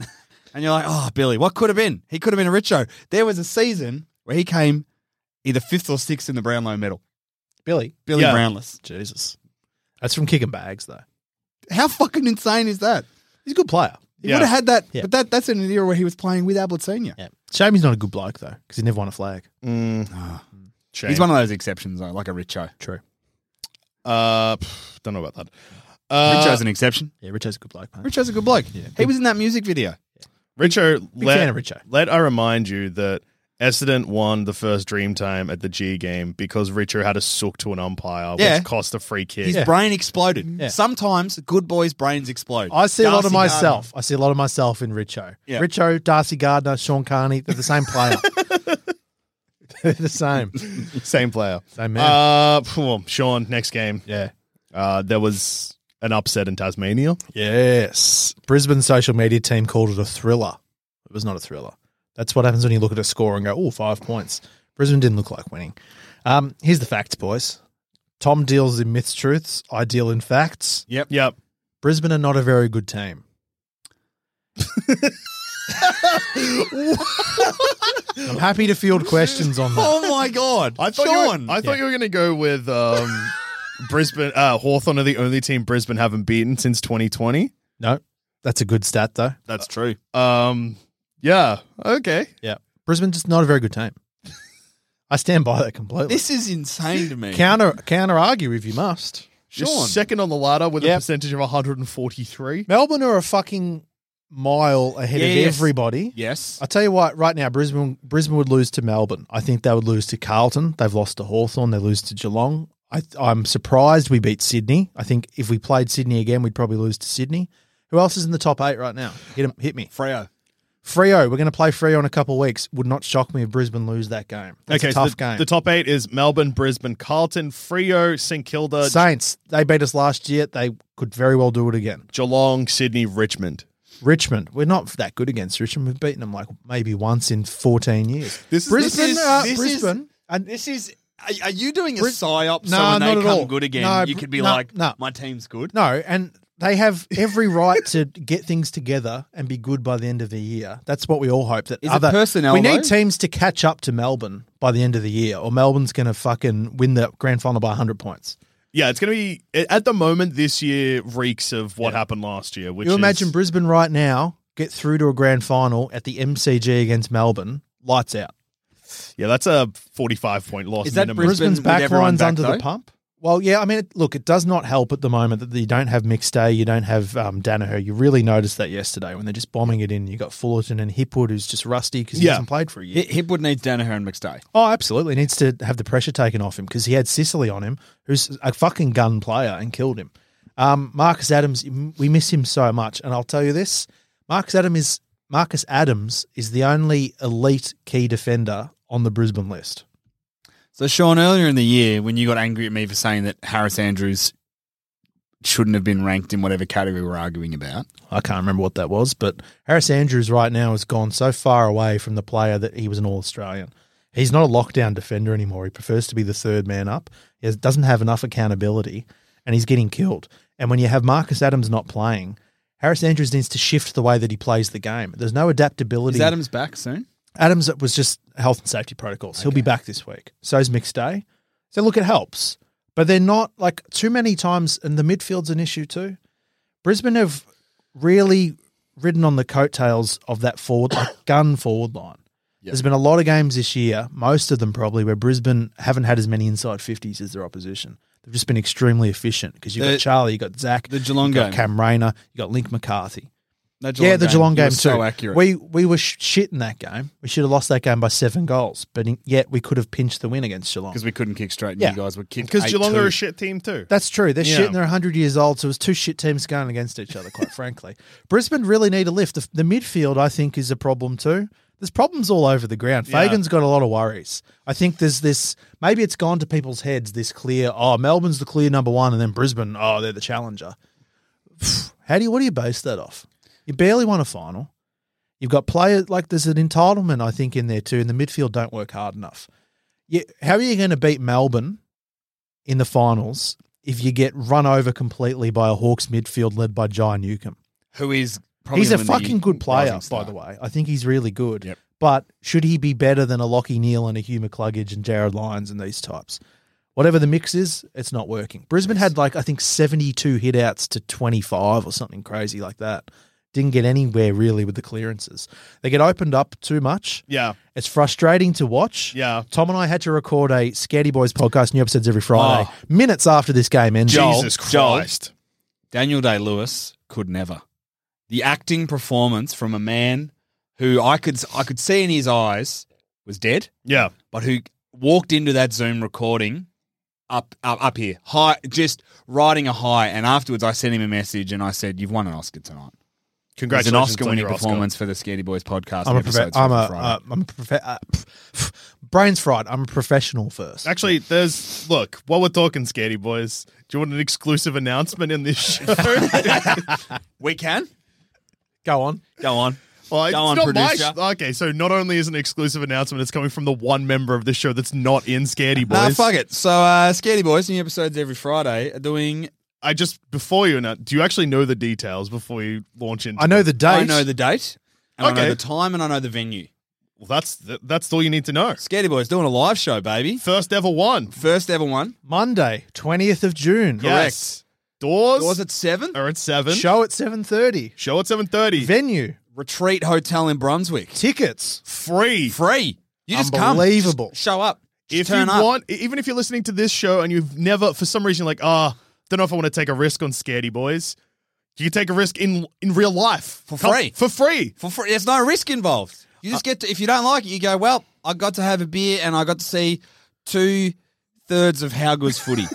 S5: And you're like, oh, Billy, what could have been? He could have been a Richo. There was a season where he came either fifth or sixth in the Brownlow medal.
S6: Billy.
S5: Billy
S7: Yeah.
S5: Brownless.
S6: Jesus. That's from Kicking Bags, though.
S5: How fucking insane is that?
S6: He's a good player.
S5: He
S7: Yeah.
S5: would have had that,
S6: Yeah.
S5: but that that's in an era where he was playing with Ablett Senior.
S6: Yeah. Shame he's not a good bloke, though, because he never won a flag.
S7: Mm.
S6: Ah.
S7: Shame.
S5: He's one of those exceptions, though, like a Richo.
S6: True.
S7: Uh, pff, don't know about that. Uh,
S5: Richo's an exception.
S6: Yeah, Richo's a good bloke, mate.
S5: Richo's a good bloke. He was in that music video.
S7: Richo, let,
S6: fan of Richo.
S7: let I remind you that Essendon won the first Dreamtime at the G game because Richo had a sook to an umpire,
S5: Yeah.
S7: which cost a free kick.
S5: His brain exploded.
S6: Yeah.
S5: Sometimes good boys' brains explode.
S6: I see a lot of
S5: Darcy
S6: myself. I see a lot of myself in Richo.
S5: Yeah.
S6: Richo, Darcy Gardner, Sean Carney, they're the same player. they're the same.
S7: Same player.
S6: Same man.
S7: Uh, phew, well, Sean, next game.
S6: yeah.
S7: Uh, there was an upset in Tasmania.
S6: Yes. Brisbane social media team called it a thriller. It was not a thriller. That's what happens when you look at a score and go, oh, five points. Brisbane didn't look like winning. Um, here's the facts, boys. Tom deals in myths, truths. I deal in facts.
S5: Yep.
S7: Yep.
S6: Brisbane are not a very good team. I'm happy to field questions on that.
S5: Oh my god!
S7: I thought,
S5: Sean.
S7: You, were, I thought you were going to go with um, Brisbane. Uh, Hawthorn are the only team Brisbane haven't beaten since 2020.
S6: No, that's a good stat, though.
S5: That's true.
S7: Um, yeah. Okay.
S6: Yeah. Brisbane just not a very good team. I stand by that completely.
S5: This is insane to me.
S6: counter counter argue if you must.
S7: Just
S5: Sean.
S7: second on the ladder with a
S5: Yep.
S7: percentage of 143.
S6: Melbourne are a fucking mile ahead
S5: Yes.
S6: of everybody.
S5: yes.
S6: I tell you what, right now Brisbane Brisbane would lose to Melbourne. I think they would lose to Carlton. They've lost to Hawthorn. They lose to Geelong. I, I'm surprised we beat Sydney. I think if we played Sydney again, we'd probably lose to Sydney. Who else is in the top eight right now? Hit 'em- hit me.
S5: Freo.
S6: Frio. We're going to play Frio in a couple of weeks. Would not shock me if Brisbane lose that game. That's a
S7: so
S6: tough
S7: the,
S6: game.
S7: The top eight is Melbourne, Brisbane, Carlton, Frio, St Kilda,
S6: Saints. They beat us last year. They could very well do it again.
S7: Geelong, Sydney, Richmond.
S6: Richmond. We're not that good against Richmond. We've beaten them like maybe once in 14 years.
S5: This is-
S6: Brisbane.
S5: this is-
S6: uh,
S5: this is-
S6: Brisbane. and
S5: This is. Are, are you doing a
S6: Brit-
S5: psyop so
S6: No,
S5: when they
S6: not at
S5: come
S6: all.
S5: good again,
S6: No,
S5: you could be
S6: no,
S5: like,
S6: no.
S5: my team's good.
S6: no, and they have every right to get things together and be good by the end of the year. That's what we all hope. That
S5: Is it
S6: other
S5: personnel,
S6: We need
S5: though?
S6: teams to catch up to Melbourne by the end of the year, or Melbourne's going to fucking win the grand final by 100 points.
S7: Yeah, it's going to be a- at the moment this year reeks of what happened last year. Which
S6: you imagine
S7: is,
S6: Brisbane right now get through to a grand final at the MCG against Melbourne, lights out.
S7: yeah, that's a forty-five point loss.
S5: Is that
S7: minimum.
S5: Brisbane-
S6: Brisbane's
S5: with
S6: back
S5: everyone
S6: line's
S5: back,
S6: under
S5: though?
S6: the pump. Well, yeah, I mean, it, look, it does not help at the moment that you don't have mixed day, you don't have um, Danaher. You really noticed that yesterday when they're just bombing it in. You got Fullerton and Hipwood, who's just rusty because he
S7: Yeah.
S6: hasn't played for a year.
S5: Hi- Hipwood needs Danaher and McStay.
S6: oh, absolutely, needs to have the pressure taken off him because he had Sicily on him, who's a fucking gun player and killed him. Um, Marcus Adams, m- we miss him so much, and I'll tell you this: Marcus Adams is Marcus Adams is the only elite key defender on the Brisbane list.
S5: So, Sean, earlier in the year, when you got angry at me for saying that Harris Andrews shouldn't have been ranked in whatever category we're arguing about,
S6: I can't remember what that was, but Harris Andrews right now has gone so far away from the player that he was an All Australian. He's not a lockdown defender anymore. He prefers to be the third man up. He has- doesn't have enough accountability, and he's getting killed. And when you have Marcus Adams not playing, Harris Andrews needs to shift the way that he plays the game. There's no adaptability.
S5: is Adams back soon?
S6: Adams was just health and safety protocols. He'll be back this week. So's mixed day. So look, it helps, but they're not like too many times, and the midfield's an issue too. Brisbane have really ridden on the coattails of that forward like gun forward line. There's been a lot of games this year, most of them probably, where Brisbane haven't had as many inside fifties as their opposition. They've just been extremely efficient because you've
S5: The-
S6: got Charlie, you got Zach,
S5: the Geelong
S6: you got
S5: game.
S6: Cam Rayner, you got Link McCarthy
S5: That
S6: yeah, the Geelong
S5: you
S6: game
S5: were
S6: too.
S5: So accurate.
S6: We we were sh- shit in that game. We should have lost that game by seven goals, but in- yet we could have pinched the win against Geelong.
S5: because we couldn't kick straight, and
S6: Yeah.
S5: you guys were kicked
S7: because Geelong
S5: 8-2.
S7: are a shit team too.
S6: That's true. They're
S7: Yeah.
S6: shit and they're 100 years old, so it was two shit teams going against each other, quite frankly. Brisbane really need a lift. The, the midfield, I think, is a problem too. There's problems all over the ground. Fagan's got a lot of worries. I think there's this, maybe it's gone to people's heads this clear, oh, Melbourne's the clear number one, and then Brisbane, oh, they're the challenger. How do you, what do you base that off? You barely won a final. You've got players, like there's an entitlement, I think, in there too, and the midfield don't work hard enough. Yeah, how are you going to beat Melbourne in the finals if you get run over completely by a Hawks midfield led by Jai Newcomb?
S5: who is probably
S6: he's a
S5: one of the
S6: fucking good player,
S5: rising star.
S6: by the way. I think he's really good.
S5: Yep.
S6: But should he be better than a Lockie Neal and a Hugh McCluggage and Jared Lyons and these types? whatever the mix is, it's not working. Brisbane had like I think 72 hitouts to 25 or something crazy like that. Didn't get anywhere really with the clearances. They get opened up too much.
S7: Yeah.
S6: It's frustrating to watch.
S7: Yeah.
S6: Tom and I had to record a Scaredy Boys podcast, new episodes every Friday,
S5: Oh.
S6: minutes after this game ended.
S7: Jesus
S5: Joel.
S7: Christ.
S5: Daniel Day Lewis could never. The acting performance from a man who I could I could see in his eyes was dead,
S7: Yeah.
S5: but who walked into that Zoom recording up up, up here, high, just riding a high. And afterwards, I sent him a message and I said, "You've won an Oscar tonight. It's an
S7: Congratulations. on
S5: Oscar-winning
S7: your Oscar.
S5: performance for the Scaredy Boys podcast."
S6: I'm a, profe-
S5: episodes
S6: I'm a,
S5: for Friday.
S6: uh, I'm a profe- uh, pff, pff, brains fried. I'm a professional first.
S7: Actually, there's look, while we're talking scaredy boys, do you want an exclusive announcement in this show?
S6: uh,
S5: we can
S6: Go on.
S5: go on.
S7: Well,
S5: Go on, producer.
S7: sh- okay, so not only is it an exclusive announcement, it's coming from the one member of the show that's not in Scaredy Boys.
S5: Nah, Ah, fuck it. So, uh, Scaredy Boys, new episodes every Friday, are doing.
S7: I just before you announce, do you actually know the details before you launch into?
S6: I know the date.
S5: I know the date, and I
S7: Okay.
S5: know the time, and I know the venue.
S7: Well, that's th- that's all you need to know.
S5: Scaredy Boys doing a live show, baby.
S7: First ever one.
S5: First ever one.
S6: Monday, 20th of June.
S7: Yes. Doors,
S5: Doors at seven.
S7: are at seven. Show,
S6: Show at 7.30.
S7: at seven thirty.
S6: Venue,
S5: Retreat Hotel in Brunswick.
S6: tickets.
S7: Free.
S5: Free. You just come.
S6: Unbelievable.
S5: Just show up. Just
S7: if
S5: turn
S7: you
S5: up.
S7: want, e- even if you're listening to this show and you've never, for some reason, like ah, don't know if I want to take a risk on Scaredy Boys. You can take a risk in in real life
S5: For
S7: Come-
S5: free.
S7: For free.
S5: for free. There's no risk involved. You just get to if you don't like it, you go. Well, I got to have a beer and I got to see two thirds of how good's footy.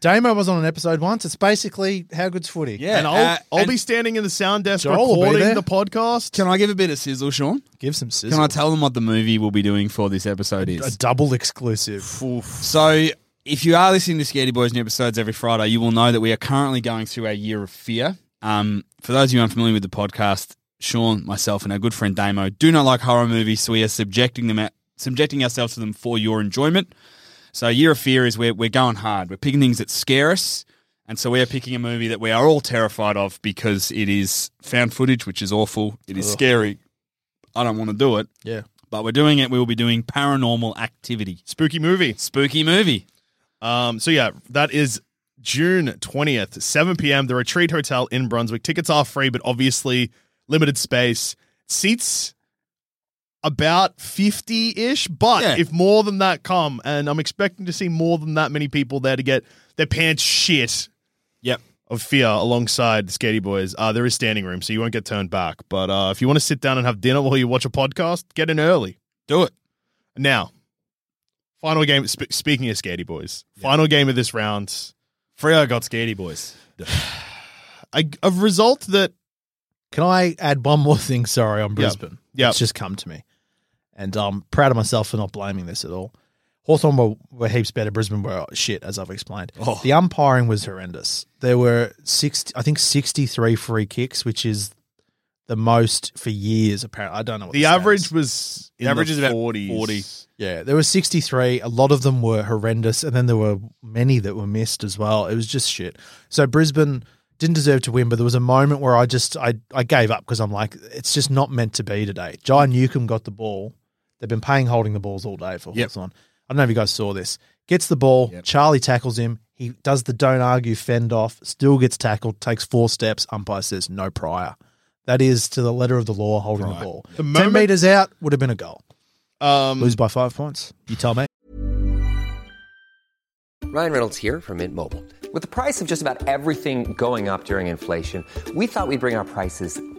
S6: Damo was on an episode once. It's basically How Good's Footy.
S5: Yeah,
S7: and I'll,
S5: uh,
S7: I'll
S5: and-
S7: be standing in the sound desk
S6: Joel will be
S7: recording
S6: there.
S7: the podcast.
S5: Can I give a bit of sizzle, Sean?
S6: Give some sizzle.
S5: Can I tell them what the movie we'll be doing for this episode
S6: a
S5: is?
S6: double exclusive.
S5: So, if you are listening to Scaredy Boys new episodes every Friday, you will know that we are currently going through our year of fear. Um, for those of you unfamiliar with the podcast, Sean, myself, and our good friend Damo do not like horror movies, so we are subjecting them at, subjecting ourselves to them for your enjoyment. So, year of fear is where we're going hard. We're picking things that scare us, and so we are picking a movie that we are all terrified of because it is found footage, which is awful. It is scary. I don't want to do it,
S6: Yeah.
S5: but we're doing it. We will be doing Paranormal Activity,
S7: Spooky movie.
S5: spooky movie.
S7: Um, so yeah, that is June 20th, 7 p.m. The Retreat Hotel in Brunswick. Tickets are free, but obviously limited space. Seats about 50-ish, but
S5: Yeah.
S7: if more than that come, and I'm expecting to see more than that many people there to get their pants shit
S5: Yep.
S7: of fear alongside the Scaredy Boys. Uh, there is standing room, so you won't get turned back. But uh, if you want to sit down and have dinner while you watch a podcast, get in early.
S5: Do it.
S7: Now, final game. Sp- speaking of Scaredy Boys, final game of this round.
S5: Freo got scaredy boys.
S7: A, a result that
S6: Can I add one more thing? Sorry, on Brisbane.
S7: Yep.
S6: It's just come to me. And I'm proud of myself for not blaming this at all. Hawthorn were, were heaps better. Brisbane were shit, as I've explained.
S5: Oh.
S6: The umpiring was horrendous. There were six, I think, sixty-three free kicks, which is the most for years. Apparently, I don't know what the,
S7: the
S6: stat
S7: average
S6: is.
S7: was in
S5: The average
S7: the
S5: is about
S7: 40s.
S5: 40.
S6: Yeah, there were 63. A lot of them were horrendous, and then there were many that were missed as well. It was just shit. So Brisbane didn't deserve to win, but there was a moment where I just I I gave up because I'm like, it's just not meant to be today. Jai Newcomb got the ball. They've been paying holding the balls all day for
S5: Yep.
S6: Hawthorn. I don't know if you guys saw this. Gets the ball. Charlie tackles him. He does the don't argue fend off. Still gets tackled. Takes four steps. Umpire says no prior. That is to the letter of the law holding the ball.
S7: The moment-
S6: Ten meters out would have been a goal.
S7: Um,
S6: Lose by five points. You tell me.
S4: Ryan Reynolds here from Mint Mobile. With the price of just about everything going up during inflation, we thought we'd bring our prices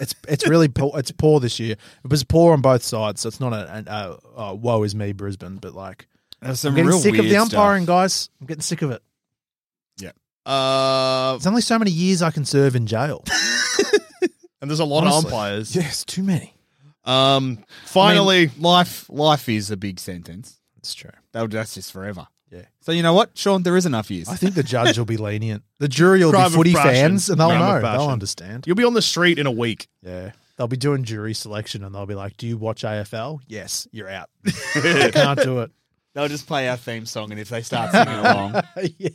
S6: It's it's really poor. It's poor this year. It was poor on both sides, so it's not a, an a, uh woe is me Brisbane, but like
S5: That's
S6: I'm
S5: some
S6: getting
S5: real
S6: sick
S5: weird
S6: of the umpiring,
S5: Stuff.
S6: guys. I'm getting sick of it.
S7: uh,
S6: There's only so many years I can serve in jail.
S7: and there's a lot
S6: Honestly.
S7: of umpires.
S6: yes, too many.
S7: Um,
S5: I mean,
S7: finally,
S5: life life is a big sentence.
S6: That's true.
S5: That'll, that's just forever.
S6: Yeah.
S5: So you know what, Sean? There is enough years.
S6: I think the judge will be lenient. The jury will
S8: Crime
S6: be
S8: of
S6: footy
S8: passion.
S6: fans, and they'll
S8: Crime of
S6: know. They'll
S8: passion.
S6: understand.
S8: You'll be on the street in a week.
S6: Yeah. They'll be doing jury selection, and they'll be like, "Do you watch AFL? Yes, you're out. I can't do it."
S5: They'll just play our theme song, and if they start singing along,
S6: yeah.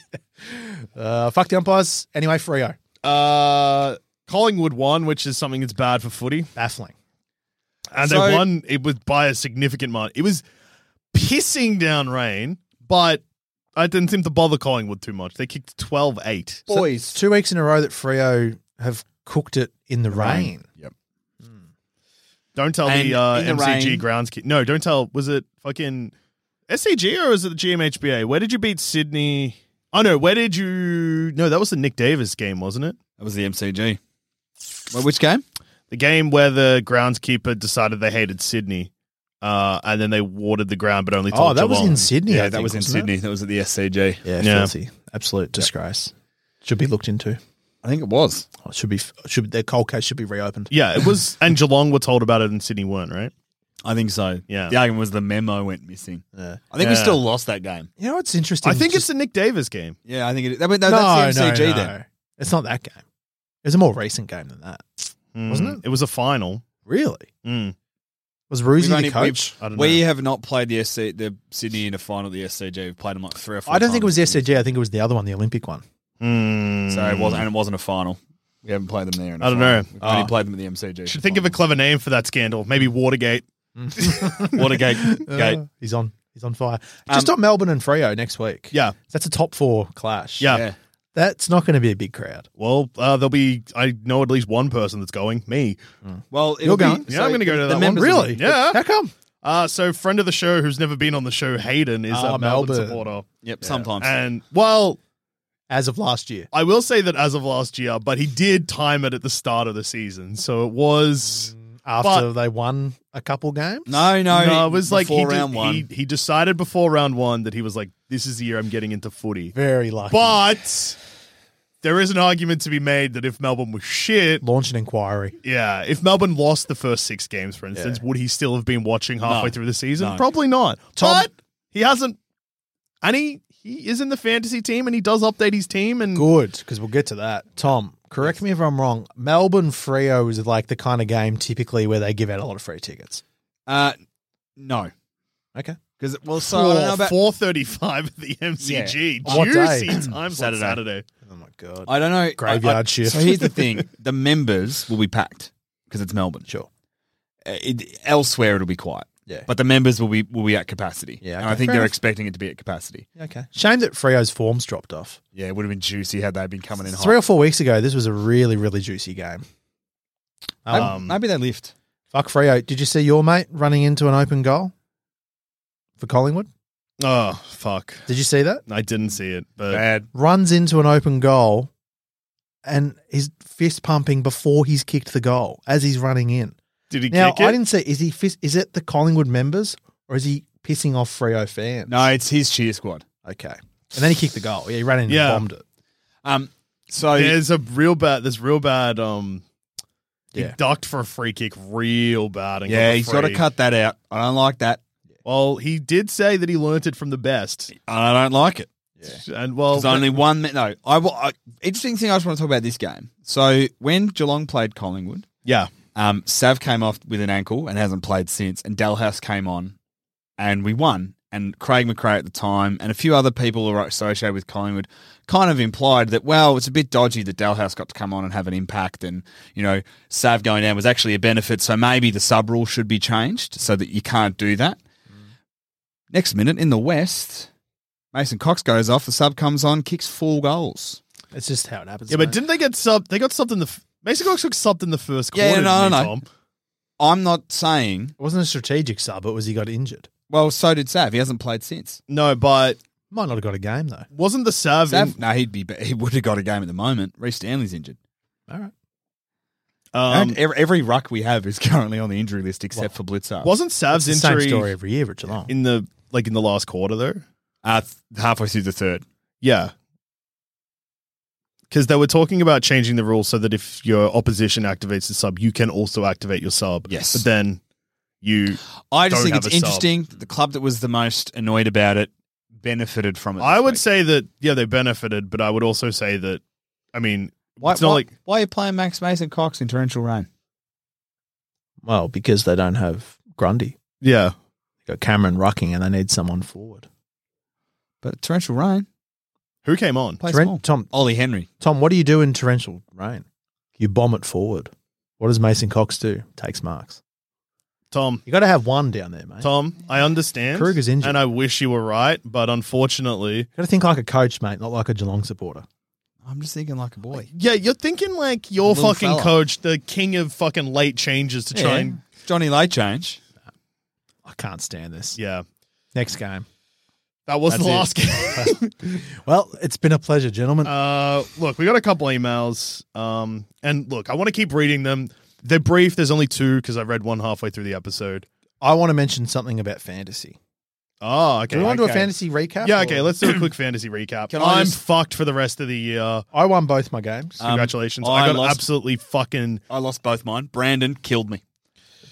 S6: Uh, fuck the umpires. Anyway, Frio.
S8: Uh, Collingwood won, which is something that's bad for footy,
S6: Baffling.
S8: and
S5: So-
S8: they won. It was by a significant margin. It was pissing down rain, but I didn't seem to bother Collingwood too much. They kicked 12-8.
S6: So it's two weeks in a row that Frio have cooked it in the, rain.
S5: Yep.
S8: Don't tell
S5: And
S8: the, uh,
S5: in the
S8: MCG
S5: rain-
S8: grounds. Ki- no, don't tell. Was it fucking SCG or was it the GMHBA? Where did you beat Sydney? Oh no, where did you? No, that was the Nick Davis game, wasn't it?
S5: that was the MCG. Well, which game?
S8: The game where the groundskeeper decided they hated Sydney, uh, and then they watered the ground, but only. Told
S6: Oh, that was
S8: Geelong.
S6: in Sydney. I think, wasn't it?
S5: That was at the SCG.
S6: Yeah,
S8: Yeah.
S6: filthy. Absolute disgrace. Should be looked into.
S5: I think it was.
S6: Oh, it should be should their cold case should be reopened.
S8: Yeah, it was. and Geelong were told about it, and Sydney weren't, right?
S5: I think so.
S8: Yeah.
S5: The argument was the memo went missing.
S6: Yeah.
S5: I think we
S8: Yeah.
S5: still lost that game.
S6: You know what's interesting?
S8: I think
S6: Just-
S8: it's the Nick Davis game.
S5: Yeah, I think it. But no, that's the MCG then.
S6: It's not that game. It's a more recent game than that.
S8: Mm.
S6: Wasn't it?
S8: It was a final.
S6: Really?
S8: Mm.
S6: Was Roosie
S5: We've
S6: the
S5: only-
S6: coach?
S8: I don't
S5: We
S8: know.
S5: have not played the SC, the Sydney in a final of the SCG. We've played them like three or four.
S6: I don't think it was
S5: times.
S6: the SCG. I think it was the other one, the Olympic one.
S8: Mm.
S5: So it wasn't, and it wasn't a final. We haven't played them there. In a
S8: I don't
S5: final.
S8: know.
S5: We've only
S6: Ah.
S5: played them at the MCG.
S8: Should think of a clever name for that scandal. Maybe Watergate. Watergate. Gate.
S6: Uh, he's on. He's on fire. Just on Melbourne and Freo next week.
S8: Um, Yeah.
S6: That's a top four clash.
S8: Yeah.
S5: Yeah.
S6: That's not going to be a big crowd.
S8: Well, uh, there'll be. I know at least one person that's going. Me.
S5: Well, it'll
S6: You're
S5: be-
S6: going?
S8: Yeah, I'm gonna go to
S5: the
S8: that one.
S5: members of-
S6: Really?
S8: Yeah.
S6: How come?
S8: Uh, so friend of the show who's never been on the show, Hayden, is
S6: Ah,
S8: a Melbourne,
S6: Melbourne.
S8: supporter.
S5: Yep. Sometimes.
S8: And well,
S6: As of last year.
S8: I will say that as of last year, but he did time it at the start of the season, so it was.
S6: After they won a couple games?
S5: no, no,
S8: no, it was like he,
S5: before
S8: did-
S5: round one.
S8: he he decided before round one that he was like, "This is the year I'm getting into footy."
S6: Very lucky.
S8: But there is an argument to be made that if Melbourne was shit,
S6: Launch an inquiry.
S8: Yeah, if Melbourne lost the first six games, for instance, would he still have been watching halfway
S5: No.
S8: through the season?
S5: No.
S8: Probably not.
S6: Tom-
S8: but he hasn't, and he he is in the fantasy team, and he does update his team, and
S6: Good, because we'll get to that. Tom, correct me if I'm wrong. Melbourne Freo is like the kind of game typically where they give out a lot of free tickets.
S5: uh, no,
S6: Okay.
S5: because well, so I don't know about.
S8: four thirty five at the MCG.
S6: Yeah. On what
S8: Juicy
S6: day?
S8: time
S5: Saturday.
S8: Saturday. Saturday.
S6: Oh my god.
S5: I don't know I-
S6: Graveyard
S5: I-
S6: shift.
S5: So here's the thing: the members will be packed because it's Melbourne. Sure. It, elsewhere, it'll be quiet.
S6: Yeah.
S5: But the members will be will be at capacity.
S6: Yeah,
S5: And
S6: okay.
S5: I think
S6: Fair
S5: they're
S6: enough.
S5: expecting it to be at capacity.
S6: okay. Shame that Freo's form's dropped off.
S5: Yeah, it would have been juicy had they been coming in
S6: Three
S5: hot.
S6: or four weeks ago, this was a really, really juicy game.
S5: Maybe-
S8: Um,
S5: maybe they lift.
S6: Fuck Freo. Did you see your mate running into an open goal for Collingwood?
S8: Oh fuck,
S6: Did you see that?
S8: I didn't see it, but
S5: Bad.
S6: Runs into an open goal and he's fist pumping before he's kicked the goal as he's running in.
S8: did he
S6: Now
S8: kick it?
S6: I didn't say is he fis- is it the Collingwood members or is he pissing off Freo fans?
S5: No, it's his cheer squad.
S6: Okay. And then he kicked the goal. Yeah, he ran in
S8: Yeah.
S6: and bombed it.
S5: Um, so
S8: There's a real bad. There's real bad. Um,
S6: Yeah.
S8: he ducked for a free kick, real bad. And
S5: yeah,
S8: a
S5: he's got to
S8: free.
S5: cut that out. I don't like that.
S8: Well, he did say that he learnt it from the best,
S5: I don't like it.
S8: and well,
S5: There's only one. ma- No, I, wa- I. Interesting thing. I just want to talk about this game. So when Geelong played Collingwood,
S8: yeah.
S5: um, Sav came off with an ankle and hasn't played since, and Dalhouse came on, and we won. And Craig McRae at the time, and a few other people who are associated with Collingwood, kind of implied that well, it's a bit dodgy that Dalhouse got to come on and have an impact, and you know Sav going down was actually a benefit. So maybe the sub rule should be changed so that you can't do that. Next minute in the West, Mason Cox goes off. The sub comes on, kicks four goals.
S6: It's just how it happens.
S8: Yeah, but
S6: mate.
S8: didn't they get sub? They got subbed in the f- Mason Cox got subbed in the first
S5: Yeah,
S8: quarter.
S5: no,
S8: didn't he,
S5: no, no.
S8: Tom?
S5: I'm not saying.
S6: it wasn't a strategic sub, it was he got injured.
S5: Well, so did Sav. He hasn't played since.
S8: no. But
S6: Might not have got a game though.
S8: wasn't the Sav?
S5: Sav,
S8: in-
S5: no, he'd be. He would have got a game at the moment. Reece Stanley's injured.
S6: All right.
S8: um,
S5: and every, every ruck we have is currently on the injury list except for Blitzer.
S8: wasn't
S6: It's
S8: Sav's
S6: the same
S8: injury
S6: story every year, Richard Long.
S8: in the like in the last quarter though?
S5: uh, th- halfway through the third?
S8: Yeah, because they were talking about changing the rule so that if your opposition activates the sub, you can also activate your sub.
S5: Yes.
S8: but then you
S5: I just
S8: Don't
S5: think
S8: have
S5: it's
S8: a sub.
S5: interesting. that The club that was the most annoyed about it benefited from it?
S8: I
S5: this
S8: would
S5: week?
S8: say that yeah, they benefited, but I would also say that I mean,
S5: why,
S8: it's not
S5: why-
S8: like
S5: why are you playing Max Mason Cox in torrential rain?
S9: Well, because they don't have Grundy.
S8: yeah,
S9: They got Cameron rucking, and they need someone forward.
S5: But torrential rain
S8: who came on?
S5: plays
S6: Torren-
S5: small.
S6: Tom-
S5: Ollie Henry.
S6: Tom, what do you do in torrential?
S9: Rain. You bomb it forward. What does Mason Cox do? Takes marks.
S8: Tom.
S9: You got to have one down there, mate.
S8: Tom, I understand.
S9: Kruger's injured.
S8: and I wish you were right, but unfortunately,
S9: You got to think like a coach, mate, not like a Geelong supporter.
S5: I'm just thinking like a boy.
S8: yeah, you're thinking like your
S5: Little
S8: fucking
S5: fella.
S8: coach, the king of fucking late changes to try and
S5: Johnny Late Change.
S9: I can't stand this.
S8: yeah.
S9: Next game.
S8: That was
S9: That's
S8: the
S9: it.
S8: last game.
S6: Well, it's been a pleasure, gentlemen.
S8: Uh, look, we got a couple emails. Um, and look, I want to keep reading them. They're brief. There's only two because I read one halfway through the episode.
S9: I want to mention something about fantasy.
S8: Oh, okay.
S6: do we want to do
S8: okay.
S6: a fantasy recap?
S8: Yeah,
S6: or-
S8: okay. Let's do a quick fantasy recap.
S5: Can I
S8: I'm
S5: just-
S8: fucked for the rest of the year.
S6: I won both my games.
S5: Um,
S8: Congratulations. I
S5: I
S8: got
S5: lost-
S8: absolutely fucking.
S5: I lost both mine. Brandon killed me.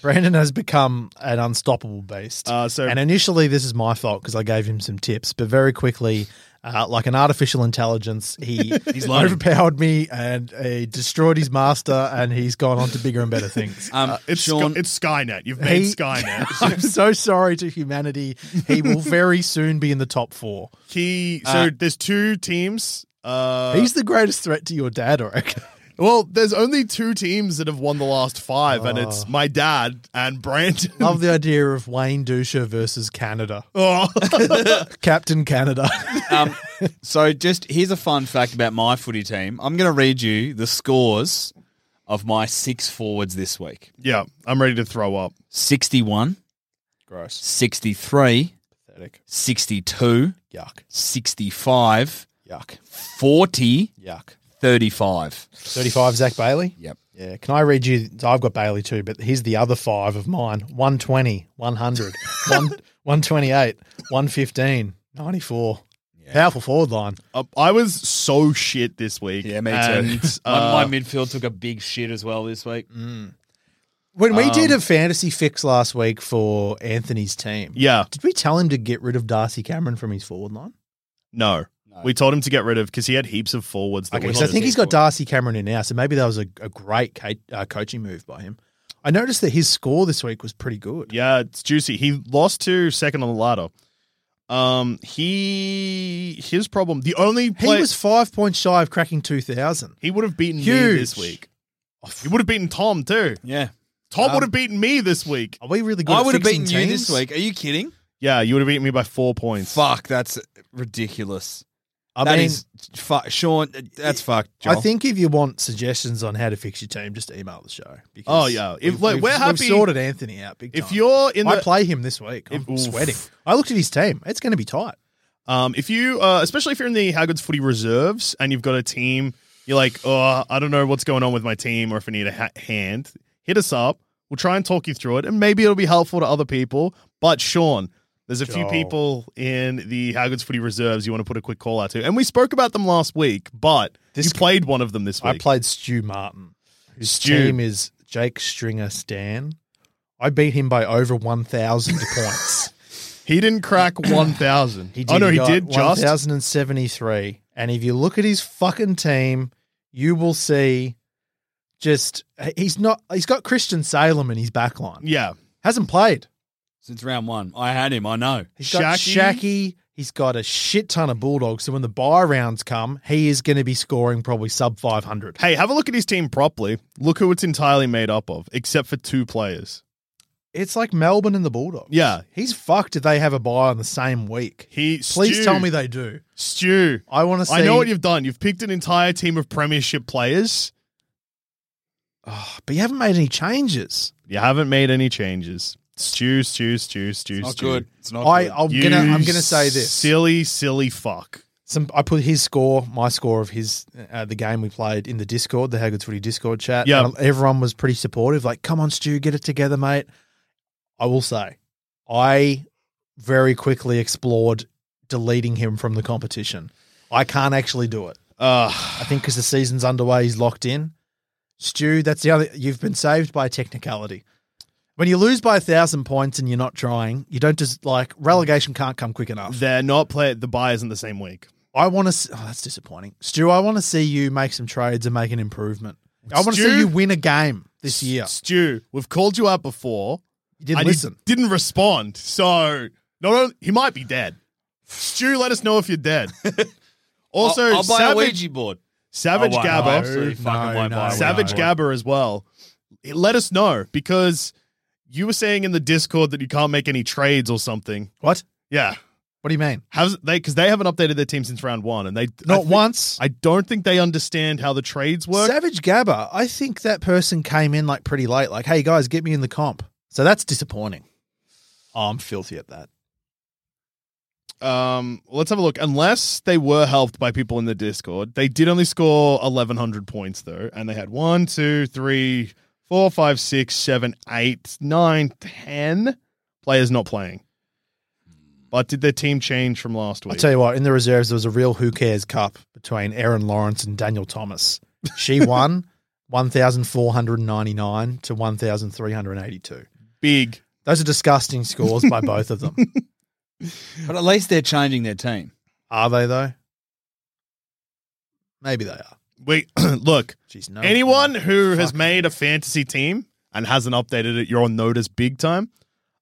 S6: Brandon has become an unstoppable beast.
S8: Uh, so-
S6: and initially, this is my fault because I gave him some tips, but very quickly, uh, like an artificial intelligence, he
S5: learning.
S6: overpowered me and uh, destroyed his master, and he's gone on to bigger and better things.
S5: Um,
S8: Uh, It's,
S5: Sean,
S8: Sky- it's Skynet. You've made
S6: He-
S8: Skynet.
S6: I'm so sorry to humanity. He will very soon be in the top four.
S8: he. So
S5: Uh,
S8: there's two teams. Uh,
S6: He's the greatest threat to your dad, I reckon.
S8: well, there's only two teams that have won the last five, and
S6: Ah.
S8: it's my dad and Brandon.
S6: Love the idea of Wayne Dusha versus Canada.
S8: Oh.
S6: Captain Canada.
S5: um, so just here's a fun fact about my footy team. I'm going to read you the scores of my six forwards this week.
S8: yeah, I'm ready to throw up.
S5: 61,
S9: Gross.
S5: 63,
S9: Pathetic.
S5: 62,
S9: Yuck.
S5: 65,
S9: Yuck.
S5: 40,
S9: Yuck.
S5: 35.
S6: 35, Zach Bailey.
S5: Yep.
S6: Yeah. Can I read you? so I've got Bailey too, but here's the other five of mine 120, 100, one- 128, 115, 94. Powerful forward line.
S8: Uh, I was so shit this week. and, uh,
S5: my, my midfield took a big shit as well this week.
S6: When we did a fantasy fix last week for Anthony's team,
S8: yeah,
S6: did we tell him to get rid of Darcy Cameron from his forward line?
S8: no. We told him to get rid of because he had heaps of forwards. That
S6: Okay,
S8: we
S6: so I
S8: just-
S6: think he's got Darcy Cameron in now, so maybe that was a, a great ca- uh, coaching move by him. I noticed that his score this week was pretty good.
S8: Yeah, it's juicy. He lost to second on the ladder. Um, he his problem. The only
S6: He
S8: play he,
S6: was five points shy of cracking 2,000.
S8: would have beaten me
S6: Huge.
S8: this week. He would have beaten Tom too.
S5: Yeah. Um,
S8: Tom would have beaten me this week.
S6: Are we really good
S5: I
S6: at
S5: would have
S6: fixing
S5: beaten you
S6: teams?
S5: this week. Are you kidding?
S8: Yeah, you would have beaten me by four points.
S5: Fuck, that's ridiculous.
S6: I
S5: That
S6: mean,
S5: is fuck, Sean. That's fucked.
S6: I
S5: Joel.
S6: think if you want suggestions on how to fix your team, just email the show.
S8: Oh, yeah. If-
S6: we've-
S8: look,
S6: we've-
S8: we're
S6: we've
S8: happy-
S6: sorted Anthony out big time.
S8: If you're in
S6: I
S8: the
S6: play him this week. I'm
S8: If- oof.
S6: sweating. I looked at his team. It's going to be tight.
S8: Um, if you, uh, especially if you're in the Haggard's footy reserves and you've got a team, you're like, oh, I don't know what's going on with my team or if I need a ha- hand, hit us up. We'll try and talk you through it and maybe it'll be helpful to other people. But Sean, there's a few
S6: Joel.
S8: people in the Haggard's footy reserves you want to put a quick call out to. And we spoke about them last week, but
S6: This
S8: you
S6: g-
S8: played one of them this week.
S6: I played Stu Martin. His
S8: Stu.
S6: team is Jake Stringer Stan. I beat him by over 1,000 points.
S8: he didn't crack 1,000. oh, no, he,
S6: got
S8: did just.
S6: 1,073. And if you look at his fucking team, you will see just he's not, he's got Christian Salem in his back line.
S8: Yeah.
S6: Hasn't played.
S5: since round one, I had him. I know.
S6: He's got
S8: Shacky.
S6: Shacky. He's got a shit ton of Bulldogs. So when the buy rounds come, he is going to be scoring probably sub 500.
S8: Hey, have a look at his team properly. Look who it's entirely made up of, except for two players.
S6: It's like Melbourne and the Bulldogs.
S8: Yeah.
S6: He's fucked if they have a buy on the same week.
S8: He
S6: Please
S8: Stu-
S6: tell me they do.
S8: Stu,
S6: I want to see.
S8: I know what you've done. You've picked an entire team of premiership players.
S6: But you haven't made any changes.
S8: You haven't made any changes. Stu, Stu, Stu, Stu,
S5: It's not
S8: Stu.
S5: good. It's not
S6: I,
S5: good.
S6: I'm
S8: You
S6: gonna I'm gonna say this.
S8: Silly, silly fuck.
S6: Some I put his score, my score of his uh, the game we played in the Discord, the Haggard's Footy Discord chat.
S8: Yeah.
S6: And everyone was pretty supportive. Like, come on, Stu, get it together, mate. I will say, I very quickly explored deleting him from the competition. I can't actually do it.
S8: Uh,
S6: I think because the season's underway, he's locked in. Stu, that's the other. You've been saved by a technicality. When you lose by a thousand points and you're not trying, you don't just like relegation can't come quick
S5: Oh.
S6: enough.
S8: They're not play. The buy isn't the same week.
S6: I want to. Oh, that's disappointing, Stu. I want to see you make some trades and make an improvement. I want to
S8: Stu?
S6: see you win a game this year.
S8: Stu, we've called you out before.
S6: You didn't
S8: and you
S6: listen.
S8: didn't respond. So not only, he might be dead. Stu, let us know if you're dead. also,
S5: I'll, I'll buy a
S8: Savage,
S5: Ouija board.
S8: Savage
S5: Oh, I won't. I
S8: Gabba,
S5: absolutely fucking won't buy a
S8: Savage
S5: Ouija board.
S8: Gabba as well. Let us know because you were saying in the Discord that you can't make any trades or something.
S6: What?
S8: Yeah,
S6: What do you mean?
S8: have they? Because they haven't updated their team since round one, and they I
S6: Not
S8: think-
S6: once.
S8: I don't think they understand how the trades work.
S6: Savage Gabba. I think that person came in like pretty late. Like, hey guys, get me in the comp. So that's disappointing. Oh, I'm filthy at that.
S8: Um, let's have a look. Unless they were helped by people in the Discord, they did only score eleven hundred points though, and they had one, two, three, four, five, six, seven, eight, nine, ten players not playing. But did their team change from last
S6: I'll
S8: week?
S6: tell you what, in the reserves, there was a real who cares cup between Erin Lawrence and Daniel Thomas. She won 1,499 to 1,382.
S8: Big.
S6: Those are disgusting scores by both of them.
S5: But at least they're changing their team.
S6: Are they, though? Maybe they are.
S8: Wait, look.
S6: Jeez, no.
S8: Anyone who has made a fantasy team and hasn't updated it, you're on notice big time.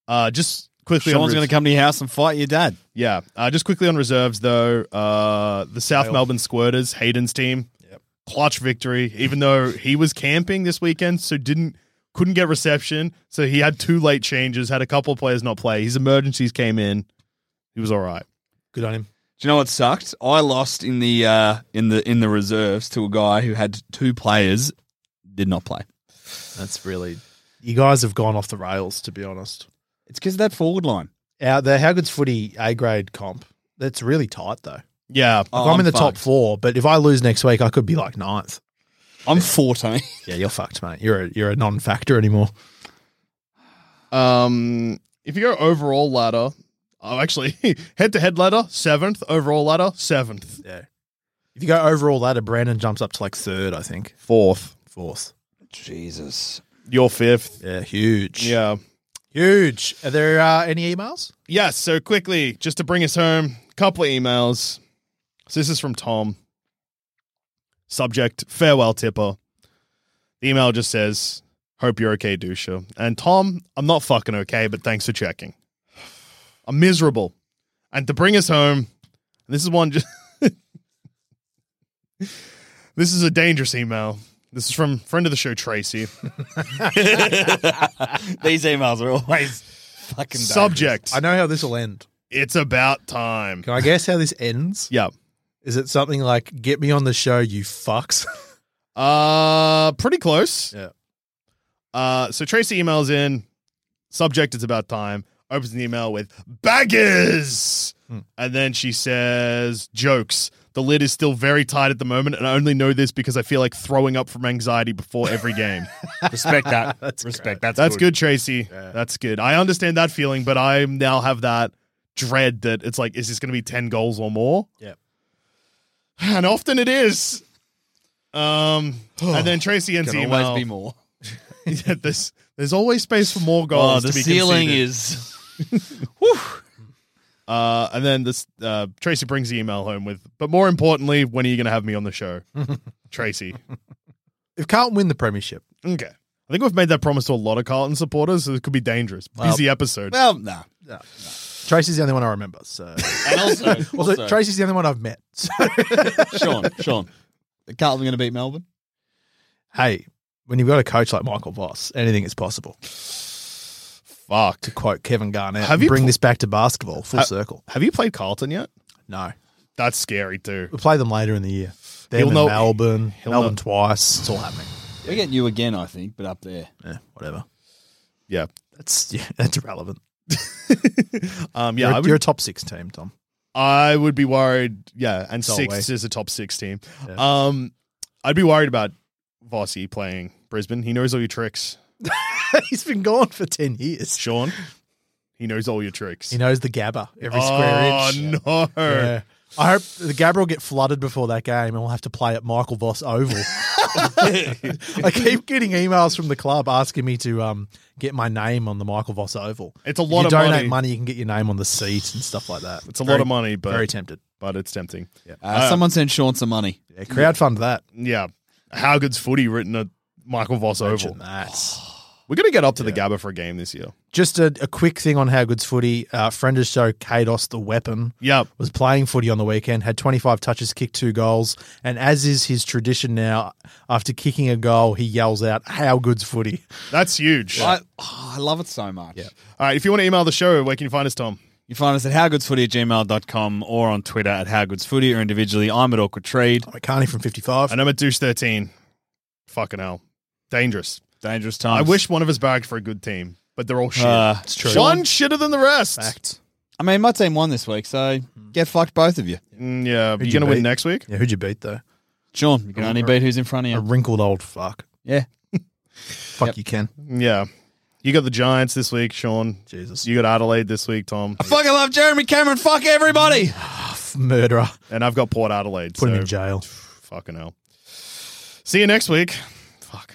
S8: Uh, just quickly. on
S5: Someone's going
S8: res-
S5: to come to your house and fight your dad.
S8: Yeah. Uh, just quickly on reserves, though, uh, the South Melbourne Squirters, Hayden's team, clutch victory, even though he was camping this weekend, so didn't couldn't get reception. So he had two late changes, had a couple of players not play. His emergencies came in. He was all right.
S6: Good on him.
S5: Do you know what sucked? I lost in the uh, in the in the reserves to a guy who had two players did not play.
S6: That's really. You guys have gone off the rails, to be honest.
S5: It's because of that forward line.
S6: Out there, how good's footy A grade comp? That's really tight, though.
S8: Yeah.
S5: Oh,
S6: I'm,
S5: I'm
S6: in the top
S5: fucked.
S6: four, but if I lose next week, I could be like ninth.
S5: I'm fourteen.
S6: Yeah, you're fucked, mate. You're a, you're a non-factor anymore.
S8: Um, if you go overall ladder, oh, actually, head to head ladder, seventh, overall ladder, seventh,
S6: Yeah. If you go overall ladder, Brandon jumps up to like third, I think.
S8: fourth.
S6: Fourth.
S5: Jesus.
S8: You're fifth.
S6: Yeah, huge.
S8: Yeah.
S6: Huge. Are there uh, any emails?
S8: Yes, so quickly, just to bring us home, couple of emails. So this is from Tom. Subject, farewell tipper. The email just says, Hope you're okay, Dusha. And Tom, I'm not fucking okay, but thanks for checking. I'm miserable. And to bring us home, this is one just This is a dangerous email. This is from friend of the show Tracy.
S5: These emails are always fucking dangerous.
S8: Subject.
S6: I know how this will end.
S8: It's about time.
S6: Can I guess how this ends?
S8: Yeah.
S6: Is it something like, get me on the show, you fucks?
S8: Uh, pretty close.
S6: Yeah.
S8: Uh, so Tracy emails in. Subject: It's about time. Opens the email with baggers,
S10: Hmm.
S8: and then she says jokes. The lid is still very tight at the moment, and I only know this because I feel like throwing up from anxiety before every game.
S10: Respect that. Respect. That's,
S8: That's good, Tracy. That's good. I understand that feeling, but I now have that dread that it's like, is this going to be ten goals or more?
S6: Yep.
S8: And often it is. Um, and then Tracy ends
S5: Can
S8: the
S5: always
S8: email.
S5: be more.
S8: yeah, there's there's always space for more goals. to be conceded.
S5: Oh, is.
S8: Uh, and then this uh, Tracy brings the email home with, but more importantly, when are you going to have me on the show, Tracy?
S6: if Carlton win the premiership,
S8: Okay, I think we've made that promise to a lot of Carlton supporters, so it could be dangerous. Busy episode.
S5: Well, nah.
S6: Tracy's the only one I remember. So,
S5: And also,
S6: also,
S5: also
S6: Tracy's the only one I've met. So,
S5: Sean, Sean, are Carlton going to beat Melbourne?
S6: hey, when you've got a coach like Michael Voss, anything is possible.
S8: Fuck.
S6: To quote Kevin Garnett,
S8: Have
S6: have
S8: you
S6: you bring
S8: pl-
S6: this back to basketball full circle.
S8: Have you played Carlton yet?
S6: No,
S8: That's scary too.
S6: we'll play them later in the year. Them
S8: He'll
S6: in
S8: know-
S6: Melbourne,
S8: he'll
S6: Melbourne
S8: know.
S6: twice. It's all happening.
S5: We get you again, I think, but up there.
S6: Yeah, whatever.
S8: Yeah.
S6: That's yeah, that's irrelevant.
S8: Um.
S6: Yeah, you're,
S8: Yeah.
S6: you're
S8: I
S6: a
S8: would.
S6: top six team, Tom.
S8: I would be worried. Yeah. And
S6: Solway.
S8: sixth is a top six team.
S6: Yeah.
S8: Um. I'd be worried about Vossi playing Brisbane. He knows all your tricks.
S6: He's been gone for ten years.
S8: Sean, he knows all your tricks.
S6: He knows the Gabba every square inch.
S8: Oh no.
S6: Yeah. I hope the Gabba will get flooded before that game, and we'll have to play at Michael Voss Oval. I keep getting emails from the club asking me to um, get my name on the Michael Voss Oval.
S7: It's a
S6: If
S7: lot
S6: you
S7: of
S6: donate
S7: money.
S6: you can get your name on the seat and stuff like that.
S7: It's a
S6: Very-
S7: lot of money, but
S6: very tempted.
S7: but it's tempting. Yeah,
S5: Uh, someone sent Sean some money.
S6: Yeah, crowdfund that.
S7: yeah. How good's footy written at Michael Voss Oval?
S6: Imagine that.
S7: We're gonna get up to the Gabba for a game this year.
S6: Just a, a quick thing on How Good's Footy. Uh, friend of the show, Kados the Weapon,
S7: Yep.
S6: was playing footy on the weekend, had 25 touches, kicked two goals. And as is his tradition now, after kicking a goal, he yells out, How Good's Footy.
S7: That's huge.
S5: I, oh, I love it so much.
S7: All right, if you want to email the show, where can you find us, Tom?
S5: You find us at howgoodsfooty at gmail.com or on Twitter at howgoodsfooty or individually. I'm at awkward trade.
S6: I'm at Carney from 55.
S7: And I'm at douche thirteen. Fucking hell, dangerous.
S5: Dangerous
S7: I
S5: times.
S7: wish one of us bagged for a good team, but they're all shit.
S5: Uh, It's
S6: Ah, true.
S7: One shitter than the rest.
S6: Fact.
S5: I mean, my team won this week, so get fucked, both of you.
S7: Mm, yeah,
S6: Who'd
S7: you
S6: you
S7: gonna win
S6: beat?
S7: next week?
S6: Yeah, who'd you beat, though?
S5: Sean, you can only beat who's in front of
S6: A
S5: you.
S6: wrinkled old fuck.
S5: Yeah.
S6: Fuck you, Ken.
S7: Yeah, you got the Giants this week, Sean.
S6: Jesus.
S7: You got Adelaide this week, Tom,
S5: I fucking love Jeremy Cameron. Fuck everybody.
S6: Murderer.
S7: and I've got Port Adelaide.
S6: Put
S7: so
S6: him in jail.
S7: Fucking hell. See you next week. Fuck.